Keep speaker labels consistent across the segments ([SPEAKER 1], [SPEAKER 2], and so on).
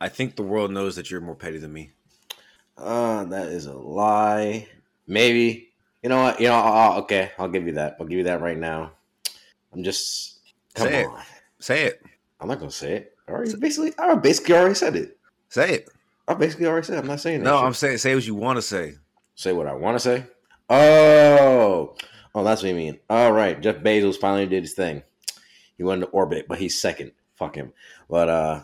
[SPEAKER 1] I think the world knows that you're more petty than me.
[SPEAKER 2] Uh, that is a lie. Maybe. You know what? You know, I'll, I'll- okay, I'll give you that. I'll give you that right now. I'm just come
[SPEAKER 1] Say it.
[SPEAKER 2] on.
[SPEAKER 1] Say it.
[SPEAKER 2] I'm not gonna say it. I already basically, I basically already said it.
[SPEAKER 1] Say it.
[SPEAKER 2] I basically already said. It. I'm not saying that
[SPEAKER 1] No,
[SPEAKER 2] shit.
[SPEAKER 1] I'm saying say what you want to say.
[SPEAKER 2] say what I want to say. Oh, oh, that's what you mean. All right, Jeff Bezos finally did his thing. He went into orbit, but he's second. Fuck him. But uh,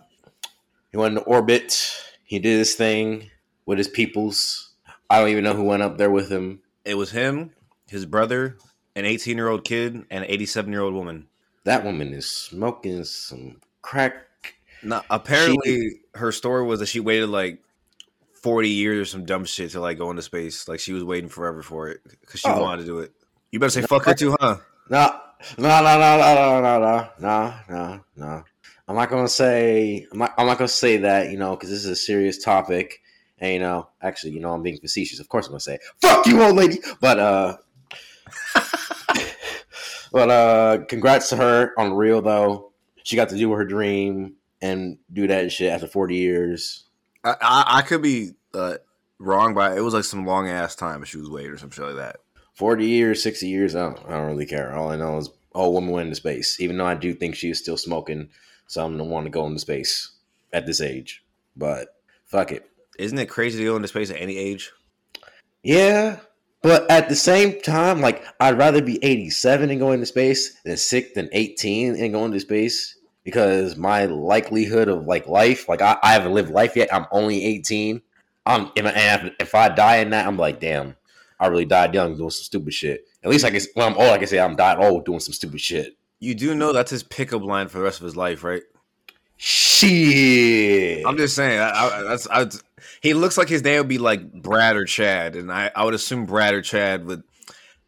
[SPEAKER 2] he went into orbit. He did his thing with his peoples. I don't even know who went up there with him.
[SPEAKER 1] It was him, his brother, an 18 year old kid, and an 87 year old woman.
[SPEAKER 2] That woman is smoking some crack.
[SPEAKER 1] No, apparently her story was that she waited like 40 years or some dumb shit to like go into space. Like she was waiting forever for it because she
[SPEAKER 2] Oh.
[SPEAKER 1] wanted to do it. You better say fuck her too, huh?
[SPEAKER 2] Nah, nah, nah, nah, nah, nah, nah, nah, nah, nah. I'm not gonna say I'm not, I'm not gonna say that, you know, because this is a serious topic, and you know, actually, you know, I'm being facetious. Of course, I'm gonna say "fuck you, old lady," but uh, but uh, congrats to her on real though. She got to do her dream and do that shit after 40 years.
[SPEAKER 1] I, I, I could be uh, wrong, but it was like some long ass time she was waiting or some shit like that.
[SPEAKER 2] 40 years, 60 years, I don't, I don't really care. All I know is all women went into space, even though I do think she is still smoking. So I'm going to want to go into space at this age. But fuck it.
[SPEAKER 1] Isn't it crazy to go into space at any age?
[SPEAKER 2] Yeah. But at the same time, like, I'd rather be 87 and go into space than sick than 18 and go into space because my likelihood of like life, like, I, I haven't lived life yet. I'm only 18. I'm, and if- if I die in that, I'm like, damn, I really died young doing some stupid shit. At least I can, when I'm old, I can say I'm died old doing some stupid shit.
[SPEAKER 1] You do know that's his pickup line for the rest of his life, right?
[SPEAKER 2] Shit.
[SPEAKER 1] I'm just saying. I, I, that's I, he looks like his name would be like Brad or Chad, and I, I would assume Brad or Chad would.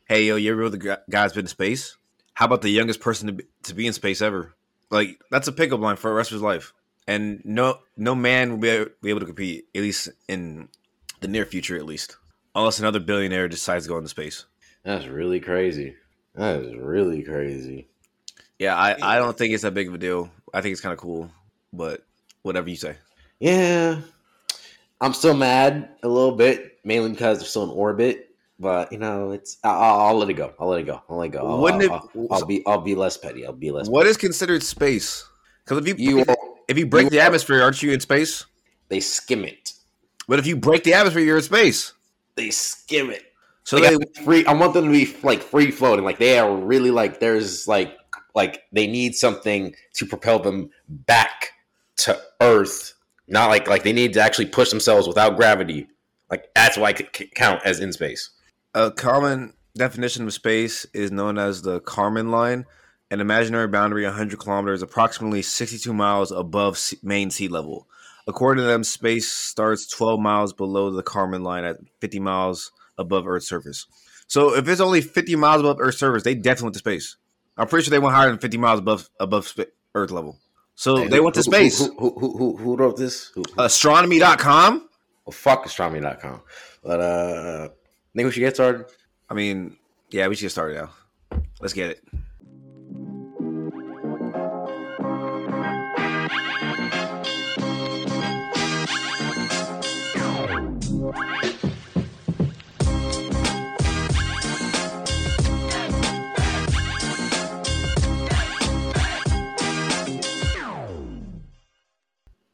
[SPEAKER 1] Hey, yo, you ever know the gu- guy's been in space? How about the youngest person to be, to be in space ever? Like that's a pickup line for the rest of his life, and no no man will be, a- be able to compete at least in the near future, at least, unless another billionaire decides to go into space.
[SPEAKER 2] That's really crazy. That is really crazy.
[SPEAKER 1] Yeah, I, I don't think it's that big of a deal. I think it's kind of cool, but whatever you say.
[SPEAKER 2] Yeah. I'm still mad a little bit, mainly because they're still in orbit. But you know, it's I- I'll, I'll let it go. I'll let it go. I'll let it go. I'll,
[SPEAKER 1] Wouldn't it-
[SPEAKER 2] I'll, I'll, I'll be I'll be less petty. I'll be less.
[SPEAKER 1] What is considered space? Because if you,
[SPEAKER 2] petty. you?
[SPEAKER 1] If you break
[SPEAKER 2] You-
[SPEAKER 1] the atmosphere, aren't you in space?
[SPEAKER 2] They skim it.
[SPEAKER 1] But if you break the atmosphere, you're in space.
[SPEAKER 2] They skim it.
[SPEAKER 1] So
[SPEAKER 2] Like,
[SPEAKER 1] they,
[SPEAKER 2] I, free, I want them to be like free floating. Like they are really like there's like like they need something to propel them back to Earth. Not like like they need to actually push themselves without gravity. Like that's why I could c- count as in space.
[SPEAKER 1] a common definition of space is known as the Kármán line, an imaginary boundary 100 kilometers, approximately 62 miles above se- main sea level. According to them, space starts 12 miles below the Kármán line at 50 miles above Earth's surface. So if it's only 50 miles above Earth's surface, they definitely went to space. I'm pretty sure they went higher than 50 miles above above sp- Earth level. So
[SPEAKER 2] Hey,
[SPEAKER 1] they
[SPEAKER 2] who-
[SPEAKER 1] went to
[SPEAKER 2] who-
[SPEAKER 1] space.
[SPEAKER 2] Who, who, who, who, who wrote this? Who, who?
[SPEAKER 1] Astronomy.com.
[SPEAKER 2] Well, Oh, fuck astronomy.com. But uh, think we should get started.
[SPEAKER 1] I mean, yeah, we should get started now. Let's get it.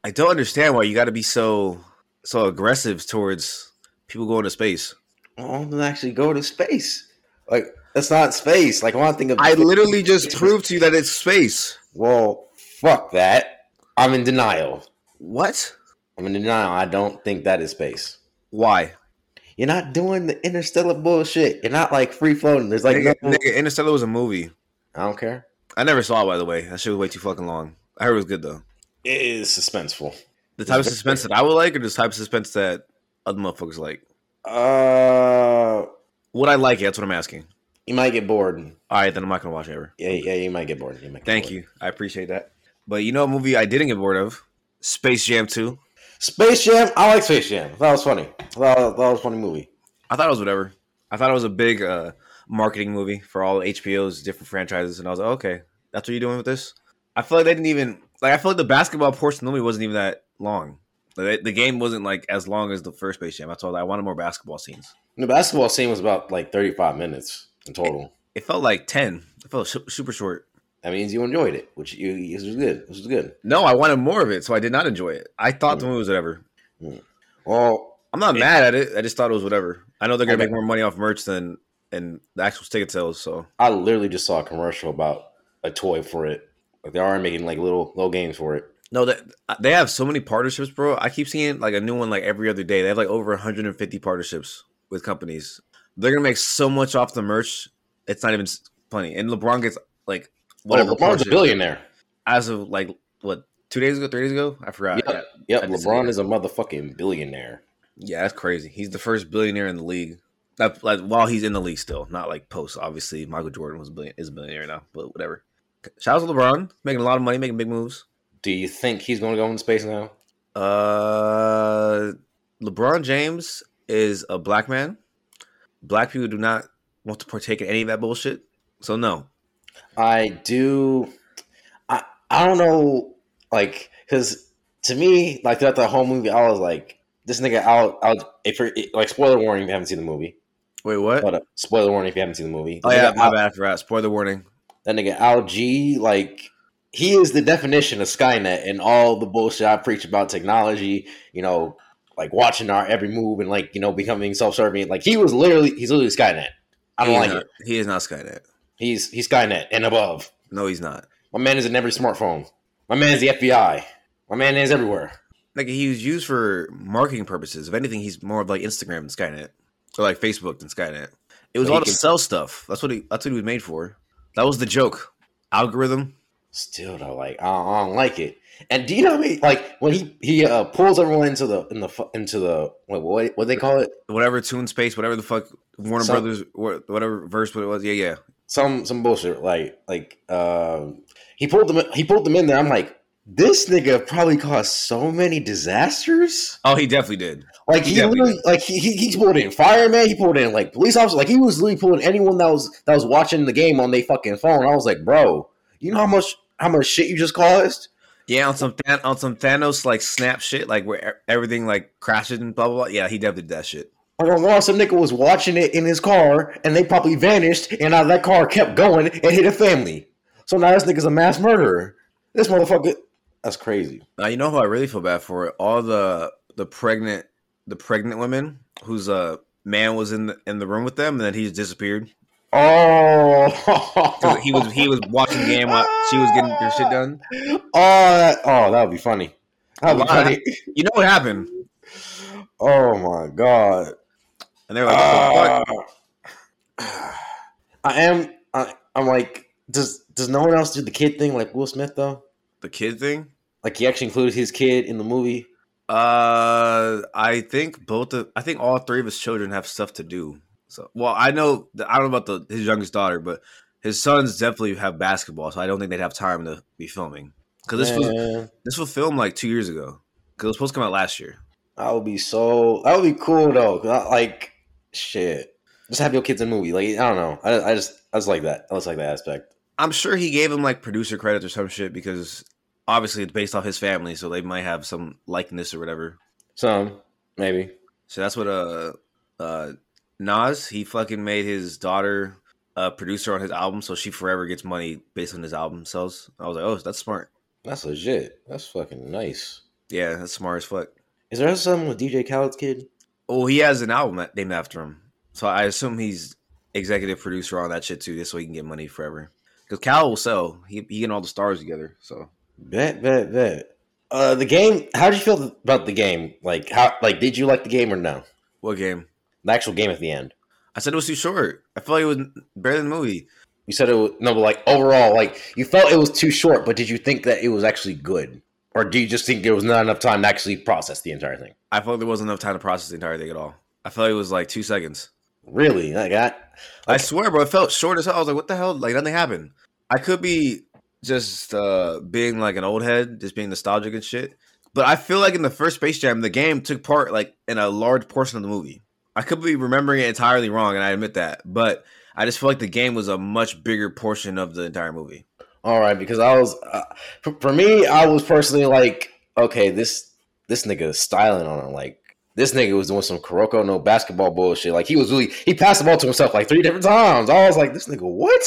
[SPEAKER 1] I don't understand why you got to be so so aggressive towards people going to space.
[SPEAKER 2] I want them to actually go to space. Like that's not space. Like I want to think of.
[SPEAKER 1] I literally just proved to you that it's space.
[SPEAKER 2] Well, fuck that. I'm in denial.
[SPEAKER 1] What?
[SPEAKER 2] I'm in denial. I don't think that is space.
[SPEAKER 1] Why?
[SPEAKER 2] You're not doing the interstellar bullshit. You're not like free floating. There's like
[SPEAKER 1] Nigga, uh,
[SPEAKER 2] no,
[SPEAKER 1] nigga, Interstellar was a movie.
[SPEAKER 2] I don't care.
[SPEAKER 1] I never saw it, by the way. That shit was way too fucking long. I heard it was good though.
[SPEAKER 2] It is suspenseful.
[SPEAKER 1] The type of suspense that I would like, or the type of suspense that other motherfuckers like.
[SPEAKER 2] Uh,
[SPEAKER 1] Would I like it? That's what I'm asking.
[SPEAKER 2] you might get bored.
[SPEAKER 1] All right, then I'm not gonna watch it ever.
[SPEAKER 2] Yeah, yeah, you might get bored. You might get
[SPEAKER 1] Thank
[SPEAKER 2] bored.
[SPEAKER 1] you. I appreciate that. But you know, a movie I didn't get bored of, Space Jam Two.
[SPEAKER 2] Space Jam. I like Space Jam. That was funny. That was, that was a funny movie.
[SPEAKER 1] I thought it was whatever. I thought it was a big uh, marketing movie for all HBO's different franchises, and I was like, okay, that's what you're doing with this. I feel like they didn't even like. I feel like the basketball portion of the movie wasn't even that long. The, the game wasn't like as long as the first Space Jam. I told I wanted more basketball scenes.
[SPEAKER 2] The basketball scene was about like 35 minutes in total.
[SPEAKER 1] It felt like ten. It felt su- super short.
[SPEAKER 2] That means you enjoyed it, which you this was good. This was good.
[SPEAKER 1] No, I wanted more of it, so I did not enjoy it. I thought the movie was whatever.
[SPEAKER 2] Well,
[SPEAKER 1] I'm not
[SPEAKER 2] Mm. It-
[SPEAKER 1] mad at it. I just thought it was whatever. I know they're gonna
[SPEAKER 2] Okay.
[SPEAKER 1] make more money off merch than and the actual ticket sales. So
[SPEAKER 2] I literally just saw a commercial about a toy for it. Like they are making like little little games for it.
[SPEAKER 1] no, that uh, they have so many partnerships, bro. I keep seeing like a new one like every other day. They have like over 150 partnerships with companies. They're gonna make so much off the merch. It's not even s- funny. And LeBron gets like whatever.
[SPEAKER 2] Whatever. Oh, LeBron's a
[SPEAKER 1] partnership.
[SPEAKER 2] billionaire.
[SPEAKER 1] As of like what two days ago, three days ago, I forgot.
[SPEAKER 2] Yeah.
[SPEAKER 1] Yeah,
[SPEAKER 2] Yep,
[SPEAKER 1] I did see
[SPEAKER 2] LeBron
[SPEAKER 1] that.
[SPEAKER 2] is a motherfucking billionaire.
[SPEAKER 1] Yeah, that's crazy. He's the first billionaire in the league. That, like while he's in the league still, not like post. Obviously, Michael Jordan was billion, is a billionaire now, but whatever. Shout out to LeBron, making a lot of money, making big moves.
[SPEAKER 2] Do you think he's going to go into space now?
[SPEAKER 1] Uh, LeBron James is a black man. Black people do not want to partake in any of that bullshit. So no,
[SPEAKER 2] I do. I I don't know, like, because to me, like throughout the whole movie, I was like, this nigga out out. If you're, like, spoiler warning, if you haven't seen the movie,
[SPEAKER 1] wait, what?
[SPEAKER 2] but uh, spoiler warning, if you haven't seen the movie,
[SPEAKER 1] oh
[SPEAKER 2] This
[SPEAKER 1] yeah,
[SPEAKER 2] nigga
[SPEAKER 1] my
[SPEAKER 2] Al-
[SPEAKER 1] bad. I forgot. Spoiler warning.
[SPEAKER 2] that nigga Al G, like, he is the definition of Skynet and all the bullshit I preach about technology. You know, like watching our every move and like you know becoming self-serving. Like he was literally, he's literally Skynet. I don't
[SPEAKER 1] He is
[SPEAKER 2] like
[SPEAKER 1] not-
[SPEAKER 2] it.
[SPEAKER 1] He is not Skynet.
[SPEAKER 2] He's he's Skynet and above.
[SPEAKER 1] No, he's not.
[SPEAKER 2] My man is in every smartphone. My man is the FBI. My man is everywhere.
[SPEAKER 1] Like he was used for marketing purposes. If anything, he's more of like Instagram than Skynet, or like Facebook than Skynet. It was
[SPEAKER 2] But he
[SPEAKER 1] all to
[SPEAKER 2] can-
[SPEAKER 1] sell stuff. That's what he. That's what he was made for. That was the joke. Algorithm.
[SPEAKER 2] Still though, like I don't, I don't like it. And do you know what I mean? Like when he he uh, pulls everyone into the in the fu- into the what what what they call it
[SPEAKER 1] whatever Tune Space, whatever the fuck Warner
[SPEAKER 2] Some-
[SPEAKER 1] Brothers, wha- whatever verse what it was. Yeah, yeah.
[SPEAKER 2] some some bullshit like like um he pulled them he pulled them in there. I'm like this nigga probably caused so many disasters.
[SPEAKER 1] Oh, he definitely did.
[SPEAKER 2] Like
[SPEAKER 1] He
[SPEAKER 2] he,
[SPEAKER 1] definitely
[SPEAKER 2] literally, like he, he he pulled in fireman, he pulled in like police officer, like he was literally pulling anyone that was that was watching the game on their fucking phone. I was like, bro, you know how much how much shit you just caused.
[SPEAKER 1] Yeah, on some Than- on some Thanos like snap shit, like where e- everything like crashes and blah blah blah. Yeah, he definitely did that shit.
[SPEAKER 2] Like on Law, some nigga was watching it in his car, and they probably vanished, and now that car kept going and hit a family. So now this nigga's a mass murderer. This motherfucker, that's crazy.
[SPEAKER 1] Now you know who I really feel bad for? All the the pregnant the pregnant women whose uh man was in the in the room with them and then he just disappeared.
[SPEAKER 2] Oh,
[SPEAKER 1] 'Cause He was he was watching the game while she was getting her shit done.
[SPEAKER 2] Oh, that, oh, that would be funny. That would be
[SPEAKER 1] Why?
[SPEAKER 2] funny.
[SPEAKER 1] You know what happened?
[SPEAKER 2] Oh my god.
[SPEAKER 1] And they were like, what the fuck?
[SPEAKER 2] Ah. I am. I, I'm like, does does no one else do the kid thing like Will Smith though?
[SPEAKER 1] The kid thing?
[SPEAKER 2] Like he actually included his kid in the movie.
[SPEAKER 1] Uh, I think both of I think all three of his children have stuff to do. So, well, I know I don't know about the his youngest daughter, but his sons definitely have basketball, so I don't think they'd have time to be filming because this was
[SPEAKER 2] Man.
[SPEAKER 1] this was filmed like two years ago because it was supposed to come out last year.
[SPEAKER 2] That would be so. That would be cool though. 'cause I, like, shit. Just have your kids in a movie. Like, I don't know. I, I just, I just like that. I just like that aspect.
[SPEAKER 1] I'm sure he gave him like producer credits or some shit because obviously it's based off his family, so they might have some likeness or whatever.
[SPEAKER 2] Some maybe.
[SPEAKER 1] So that's what uh uh Nas he fucking made his daughter a producer on his album, so she forever gets money based on his album sales. I was like, oh, that's smart.
[SPEAKER 2] That's legit. That's fucking nice.
[SPEAKER 1] Yeah, that's smart as fuck.
[SPEAKER 2] Is there something with DJ Khaled's kid?
[SPEAKER 1] Oh, he has an album that- named after him, so I assume he's executive producer on that shit too, just so he can get money forever. Because Cal will sell. He he and all the stars together. So
[SPEAKER 2] Bet, bet, bet. Uh, the game. How did you feel about the game? Like, how? Like, did you like the game or no?
[SPEAKER 1] what game?
[SPEAKER 2] The actual game at the end.
[SPEAKER 1] I said it was too short. I felt like it was better than the movie.
[SPEAKER 2] You said it was no, but like overall, like you felt it was too short. But did you think that it was actually good, or do you just think there was not enough time to actually process the entire thing?
[SPEAKER 1] I felt like there wasn't enough time to process the entire thing at all. I felt like it was like two seconds.
[SPEAKER 2] Really, like that.
[SPEAKER 1] I swear, bro, it felt short as hell. I was like, what the hell? Like nothing happened. I could be just uh being like an old head, just being nostalgic and shit. But I feel like in the first Space Jam, the game took part like in a large portion of the movie. I could be remembering it entirely wrong, and I admit that. But I just feel like the game was a much bigger portion of the entire movie.
[SPEAKER 2] All right, because I was uh, for, for me, I was personally like, okay, this this nigga is styling on him. Like this nigga was doing some Kuroko no basketball bullshit. Like he was really he passed the ball to himself like three different times. I was like, this nigga what?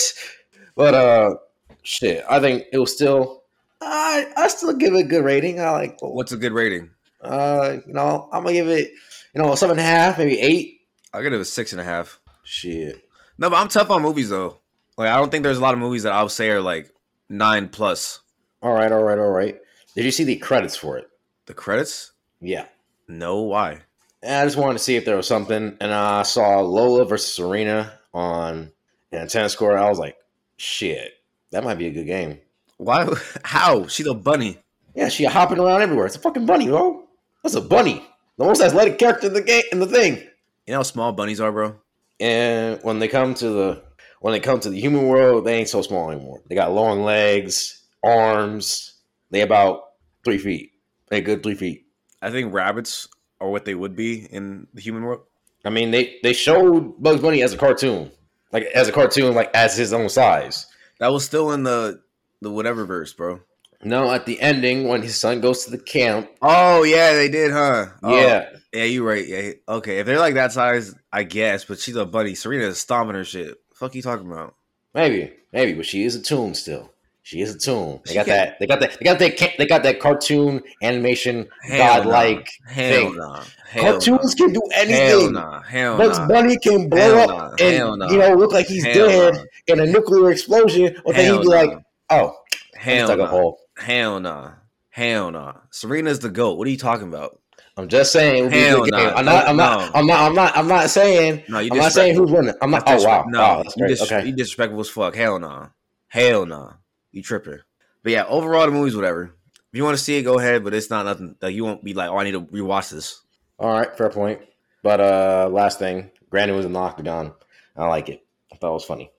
[SPEAKER 2] But uh, shit, I think it was still. I I still give it a good rating. I like
[SPEAKER 1] What's a good rating?
[SPEAKER 2] uh, you know, I'm gonna give it, you know, seven and a half, maybe eight.
[SPEAKER 1] I'll give it a six and a half.
[SPEAKER 2] Shit.
[SPEAKER 1] No, but I'm tough on movies though. Like I don't think there's a lot of movies that I'll say are like nine plus.
[SPEAKER 2] All right, all right, all right. Did you see the credits for it?
[SPEAKER 1] The credits?
[SPEAKER 2] Yeah.
[SPEAKER 1] No, why?
[SPEAKER 2] And I just wanted to see if there was something, and I saw Lola versus Serena on an antenna score. I was like, shit, that might be a good game.
[SPEAKER 1] Why? How? She's a bunny.
[SPEAKER 2] Yeah, she hopping around everywhere. It's a fucking bunny, bro. That's a bunny, the most athletic character in the game in the thing.
[SPEAKER 1] You know how small bunnies are, bro.
[SPEAKER 2] And when they come to the when they come to the human world, they ain't so small anymore. They got long legs, arms. They about three feet. They good three feet.
[SPEAKER 1] I think rabbits are what they would be in the human world.
[SPEAKER 2] I mean, they they showed Bugs Bunny as a cartoon, like as a cartoon, like as his own size.
[SPEAKER 1] That was still in the the whatever verse, bro.
[SPEAKER 2] No, at the ending when his son goes to the camp,
[SPEAKER 1] Oh yeah, they did, huh? Oh,
[SPEAKER 2] yeah,
[SPEAKER 1] yeah, you right. Yeah, okay. If they're like that size, I guess. But she's a bunny. Serena is stomping her shit. Fuck you talking about?
[SPEAKER 2] maybe, maybe, but she is a tune still. She is a tune. They
[SPEAKER 1] She
[SPEAKER 2] got
[SPEAKER 1] can't-
[SPEAKER 2] that. They got that. They got that. ca- They got that cartoon animation
[SPEAKER 1] Hell nah.
[SPEAKER 2] godlike.
[SPEAKER 1] Hell
[SPEAKER 2] thing.
[SPEAKER 1] nah. Hell
[SPEAKER 2] Cartoons can do
[SPEAKER 1] nah. Hell
[SPEAKER 2] anything.
[SPEAKER 1] nah. Hell
[SPEAKER 2] Bugs
[SPEAKER 1] nah.
[SPEAKER 2] Bunny can blow
[SPEAKER 1] Hell
[SPEAKER 2] up
[SPEAKER 1] nah.
[SPEAKER 2] and
[SPEAKER 1] Hell nah.
[SPEAKER 2] you know look like he's
[SPEAKER 1] Hell
[SPEAKER 2] dead
[SPEAKER 1] nah.
[SPEAKER 2] in a nuclear explosion, but then he'd
[SPEAKER 1] Hell
[SPEAKER 2] be
[SPEAKER 1] nah.
[SPEAKER 2] like, "Oh, I'm
[SPEAKER 1] Hell
[SPEAKER 2] stuck a
[SPEAKER 1] nah.
[SPEAKER 2] hole."
[SPEAKER 1] Hell nah. Hell nah. Serena's the goat. What are you talking about?
[SPEAKER 2] I'm just saying. it would be a
[SPEAKER 1] Hell
[SPEAKER 2] good
[SPEAKER 1] nah.
[SPEAKER 2] game. I'm not. I'm not.
[SPEAKER 1] No.
[SPEAKER 2] I'm not. I'm not. I'm not saying.
[SPEAKER 1] No, you
[SPEAKER 2] I'm not saying
[SPEAKER 1] disrespectful.
[SPEAKER 2] who's winning. I'm not.
[SPEAKER 1] That's
[SPEAKER 2] Oh wow.
[SPEAKER 1] disrespect- No,
[SPEAKER 2] Wow, that's
[SPEAKER 1] you,
[SPEAKER 2] great.
[SPEAKER 1] dis-
[SPEAKER 2] Okay.
[SPEAKER 1] you disrespectful as fuck. Hell no. Hell no. You tripping. But yeah, overall the movie's whatever. If you want to see it, go ahead, but it's not nothing like you won't be like, oh, I need to rewatch this.
[SPEAKER 2] All right. Fair point. But uh last thing, Granny was in the octagon. I like it. I thought it was funny.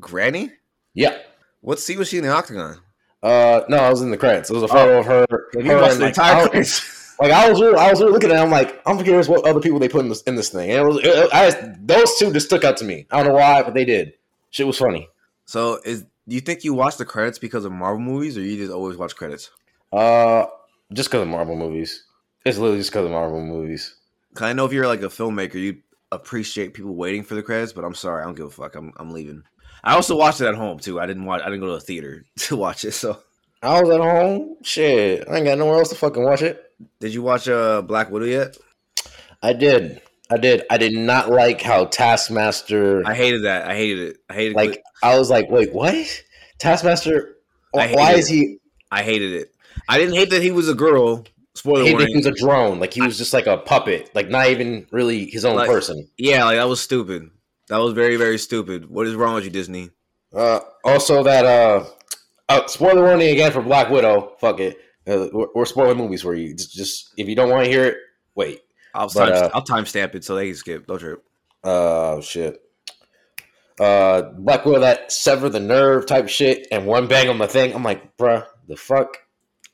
[SPEAKER 1] Granny?
[SPEAKER 2] Yeah.
[SPEAKER 1] What scene was she in the octagon?
[SPEAKER 2] Uh no, I was in the credits. It was a photo of her.
[SPEAKER 1] Oh. Have
[SPEAKER 2] her
[SPEAKER 1] you watched
[SPEAKER 2] and,
[SPEAKER 1] the
[SPEAKER 2] like,
[SPEAKER 1] entire
[SPEAKER 2] Al-
[SPEAKER 1] credits?
[SPEAKER 2] Like I was, really, I was really looking at. It, I'm like, I'm curious what other people they put in this in this thing. And it was, it- I just, those two just stuck out to me. I don't know why, but they did. Shit was funny.
[SPEAKER 1] So is do you think you watch the credits because of Marvel movies or you just always watch credits?
[SPEAKER 2] Uh, just because of Marvel movies. It's literally just because of Marvel movies.
[SPEAKER 1] Cause I know if you're like a filmmaker, you appreciate people waiting for the credits, but I'm sorry, I don't give a fuck. I'm I'm leaving. I also watched it at home too. I didn't watch I didn't go to a theater to watch it. So
[SPEAKER 2] I was at home. Shit, I ain't got nowhere else to fucking watch it.
[SPEAKER 1] did you watch uh Black Widow yet?
[SPEAKER 2] I did. I did. I did not like how Taskmaster.
[SPEAKER 1] I hated that. I hated it. I hated
[SPEAKER 2] like I was like, wait, what? Taskmaster.
[SPEAKER 1] I
[SPEAKER 2] Why
[SPEAKER 1] hated
[SPEAKER 2] is he?
[SPEAKER 1] I hated it. I didn't hate that he was a girl. Spoiler
[SPEAKER 2] He
[SPEAKER 1] warning.
[SPEAKER 2] was a drone. Like he was just like a puppet. Like not even really his own
[SPEAKER 1] Like-
[SPEAKER 2] person.
[SPEAKER 1] Yeah, like that was stupid. That was very very stupid. What is wrong with you, Disney?
[SPEAKER 2] Uh, also that uh, uh, spoiler warning again for Black Widow. Fuck it, uh, we're, we're spoiling movies for you. Just, just if you don't want to hear it, wait.
[SPEAKER 1] I'll
[SPEAKER 2] But,
[SPEAKER 1] time,
[SPEAKER 2] uh,
[SPEAKER 1] I'll timestamp it so they can skip. Don't trip.
[SPEAKER 2] Uh, shit. Uh, Black Widow that sever the nerve type shit and one bang on the thing. I'm like, bruh, the fuck.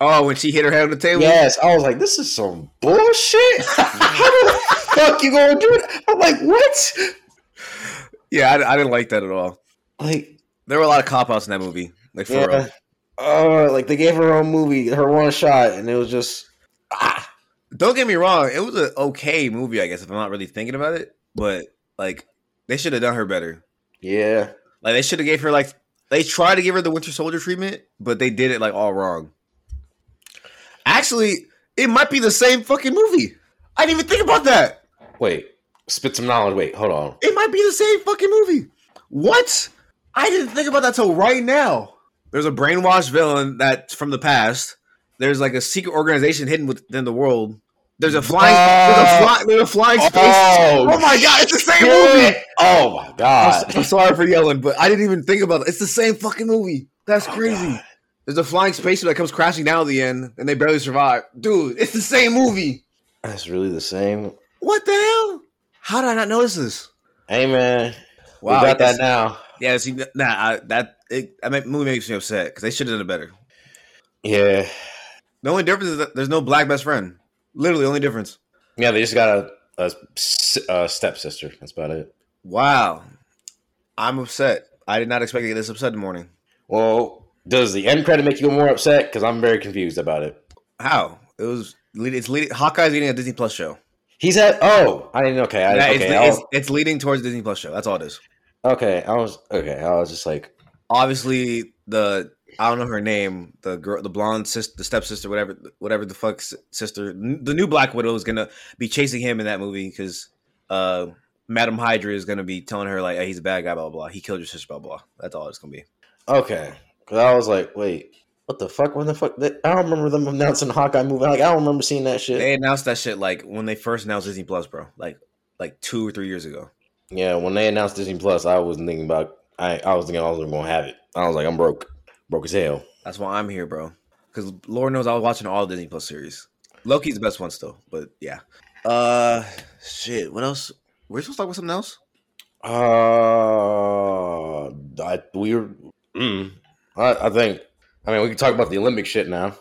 [SPEAKER 1] Oh, when she hit her head on the table.
[SPEAKER 2] Yes, I was like, this is some bullshit. How the fuck you gonna do it? I'm like, what?
[SPEAKER 1] yeah. I, I didn't like that at all.
[SPEAKER 2] Like,
[SPEAKER 1] There were a lot of cop outs in that movie. Like for real.
[SPEAKER 2] yeah. Uh, like they gave her own movie, her one shot, and it was just ah.
[SPEAKER 1] Don't get me wrong, it was an okay movie, I guess, if I'm not really thinking about it. But like, they should have done her better.
[SPEAKER 2] Yeah,
[SPEAKER 1] Like, they should have gave her like they tried to give her the Winter Soldier treatment, but they did it like all wrong. Actually, it might be the same fucking movie. I didn't even think about that.
[SPEAKER 2] Wait, spit some knowledge. Wait, hold on.
[SPEAKER 1] It might be the same fucking movie. What? I didn't think about that till right now. There's a brainwashed villain that's from the past. There's like a secret organization hidden within the world. There's a flying. there's, a fly, there's a flying space.
[SPEAKER 2] Oh,
[SPEAKER 1] Oh my god, it's the same movie.
[SPEAKER 2] Oh my
[SPEAKER 1] I'm,
[SPEAKER 2] god.
[SPEAKER 1] s- I'm sorry for yelling, but I didn't even think about it. It's the same fucking movie. That's crazy.
[SPEAKER 2] God.
[SPEAKER 1] There's a flying spaceship that comes crashing down at the end, and they barely survive. Dude, it's the same movie.
[SPEAKER 2] That's really the same.
[SPEAKER 1] What the hell? How did I not notice this?
[SPEAKER 2] Hey man,
[SPEAKER 1] Wow,
[SPEAKER 2] we got
[SPEAKER 1] that's-
[SPEAKER 2] that now.
[SPEAKER 1] Yeah, see, nah, I, that it, I mean, movie makes me upset because they should have done it better.
[SPEAKER 2] Yeah,
[SPEAKER 1] The only difference is that there's no black best friend. Literally, only difference.
[SPEAKER 2] yeah. They just got a, a, s- a stepsister. That's about it.
[SPEAKER 1] Wow, I'm upset. I did not expect to get this upset in the morning.
[SPEAKER 2] Well, does the end credit make you more upset? Because I'm very confused about it.
[SPEAKER 1] How? It was lead- it's leading. Hawkeye's leading a Disney Plus show.
[SPEAKER 2] He's at oh, I didn't okay. I,
[SPEAKER 1] Yeah, it's,
[SPEAKER 2] okay, I
[SPEAKER 1] it's,
[SPEAKER 2] was,
[SPEAKER 1] it's leading towards Disney Plus show. That's all it is.
[SPEAKER 2] okay, I was okay. I was just like,
[SPEAKER 1] Obviously, the I don't know her name. The girl, the blonde sister, the stepsister, whatever, whatever the fuck s- sister. n- The new Black Widow is gonna be chasing him in that movie because uh, Madam Hydra is gonna be telling her like, hey, he's a bad guy, blah blah. blah. He killed your sister, blah blah. That's all it's gonna be.
[SPEAKER 2] okay, because I was like, wait, what the fuck? When the fuck? that- I don't remember them announcing the Hawkeye movie. Like, I don't remember seeing that shit.
[SPEAKER 1] They announced that shit like when they first announced Disney Plus, bro. Like like two or three years ago.
[SPEAKER 2] Yeah, when they announced Disney Plus, I wasn't thinking about. I I was thinking I wasn't gonna have it. I was like, I'm broke, broke as hell.
[SPEAKER 1] That's why I'm here, bro. Because Lord knows I was watching all Disney Plus series. Loki's the best one still, but yeah. Uh, shit. What else? We're supposed to talk about something else.
[SPEAKER 2] Uh, I, we were. Mm, I, I think. I mean, we can talk about the Olympic shit now.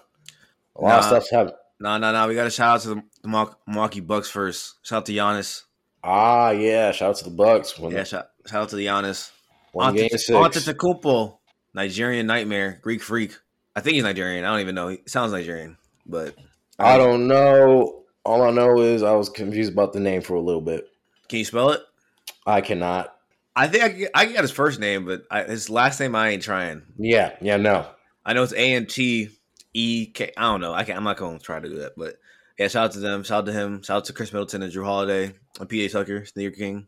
[SPEAKER 2] A lot
[SPEAKER 1] Nah.
[SPEAKER 2] of stuff's happened.
[SPEAKER 1] No, no, no. We got to shout out to the, the Mil- Milwaukee Bucks first. Shout out to Giannis.
[SPEAKER 2] Ah, yeah. Shout out to the Bucks. When,
[SPEAKER 1] Yeah, shout, shout out to the Giannis.
[SPEAKER 2] one game six.
[SPEAKER 1] Antetokounmpo, Nigerian nightmare, Greek freak. I think he's Nigerian. I don't even know. He sounds Nigerian, but
[SPEAKER 2] I don't know. All I know is I was confused about the name for a little bit.
[SPEAKER 1] Can you spell it?
[SPEAKER 2] I cannot.
[SPEAKER 1] I think I can, I can get his first name, but I, his last name I ain't trying.
[SPEAKER 2] Yeah, yeah, no.
[SPEAKER 1] I know it's A N T E K. I don't know. I can't, I'm not going to try to do that. But yeah, shout out to them. Shout out to him. Shout out to Chris Middleton and Drew Holiday and PJ Tucker, Sneaker King.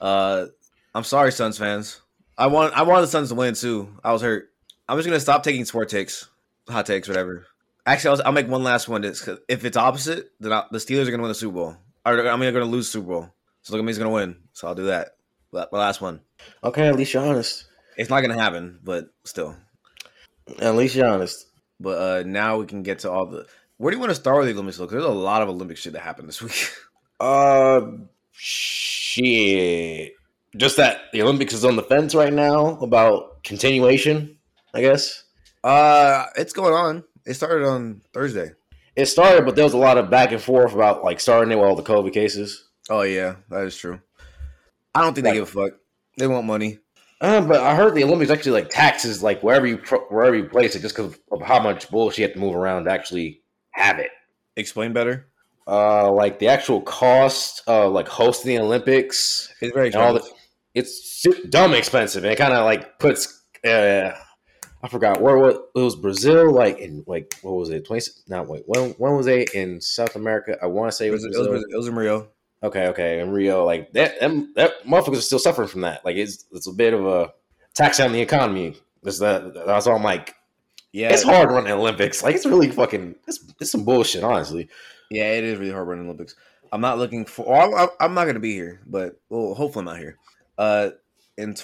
[SPEAKER 1] Uh, I'm sorry, Suns fans. I want I wanted the Suns to win too. I was hurt. I'm just gonna stop taking sport takes, hot takes, whatever. Actually, I'll, I'll make one last one. That's, 'cause if it's opposite, then I, the Steelers are gonna win the Super Bowl. Or I mean, they're gonna lose the Super Bowl. So look at me's gonna win. So I'll do that. But my last one.
[SPEAKER 2] Okay, at least you're honest.
[SPEAKER 1] It's not gonna happen, but still.
[SPEAKER 2] At least you're honest.
[SPEAKER 1] But uh now we can get to all the. Where do you want to start with the Olympics? Look, there's a lot of Olympic shit that happened this week.
[SPEAKER 2] Uh, shit. Just that the Olympics is on the fence right now about continuation. I guess
[SPEAKER 1] Uh it's going on. It started on Thursday.
[SPEAKER 2] it started, but there was a lot of back and forth about like starting it with all the COVID cases.
[SPEAKER 1] Oh yeah, that is true. I don't think they
[SPEAKER 2] Right.
[SPEAKER 1] give a fuck. They want money.
[SPEAKER 2] Uh, but I heard the Olympics actually like taxes like wherever you pro- wherever you place it, just because of how much bullshit you have to move around to actually have it.
[SPEAKER 1] Explain better.
[SPEAKER 2] Uh, like the actual cost of like hosting the Olympics
[SPEAKER 1] It's very
[SPEAKER 2] and all the
[SPEAKER 1] expensive.
[SPEAKER 2] it's su- dumb expensive and it kind of like puts uh i forgot where what it was brazil like in like what was it 20 not wait when when was they in south america i want to say
[SPEAKER 1] It
[SPEAKER 2] it was,
[SPEAKER 1] was, it,
[SPEAKER 2] brazil.
[SPEAKER 1] was, it was in Rio.
[SPEAKER 2] okay okay in rio like that them, that motherfuckers are still suffering from that like it's it's a bit of a tax on the economy that's that that's all i'm like
[SPEAKER 1] Yeah,
[SPEAKER 2] it's hard running olympics like it's really fucking it's, it's some bullshit honestly
[SPEAKER 1] yeah, it is really hard running Olympics. I'm not looking for. Or I'm, I'm- I'm not going to be here, but well, hopefully I'm not here. Uh, in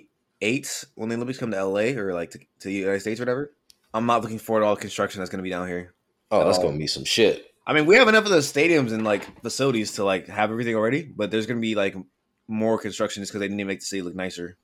[SPEAKER 1] 2028, when the Olympics come to LA or like to, to the United States, or whatever, I'm not looking forward to all the construction that's going to be down here.
[SPEAKER 2] oh that's
[SPEAKER 1] Oh.
[SPEAKER 2] gonna be some shit
[SPEAKER 1] I mean, we have enough of those stadiums and like facilities to like have everything already, but there's gonna be like more construction just because they didn't make the city look nicer.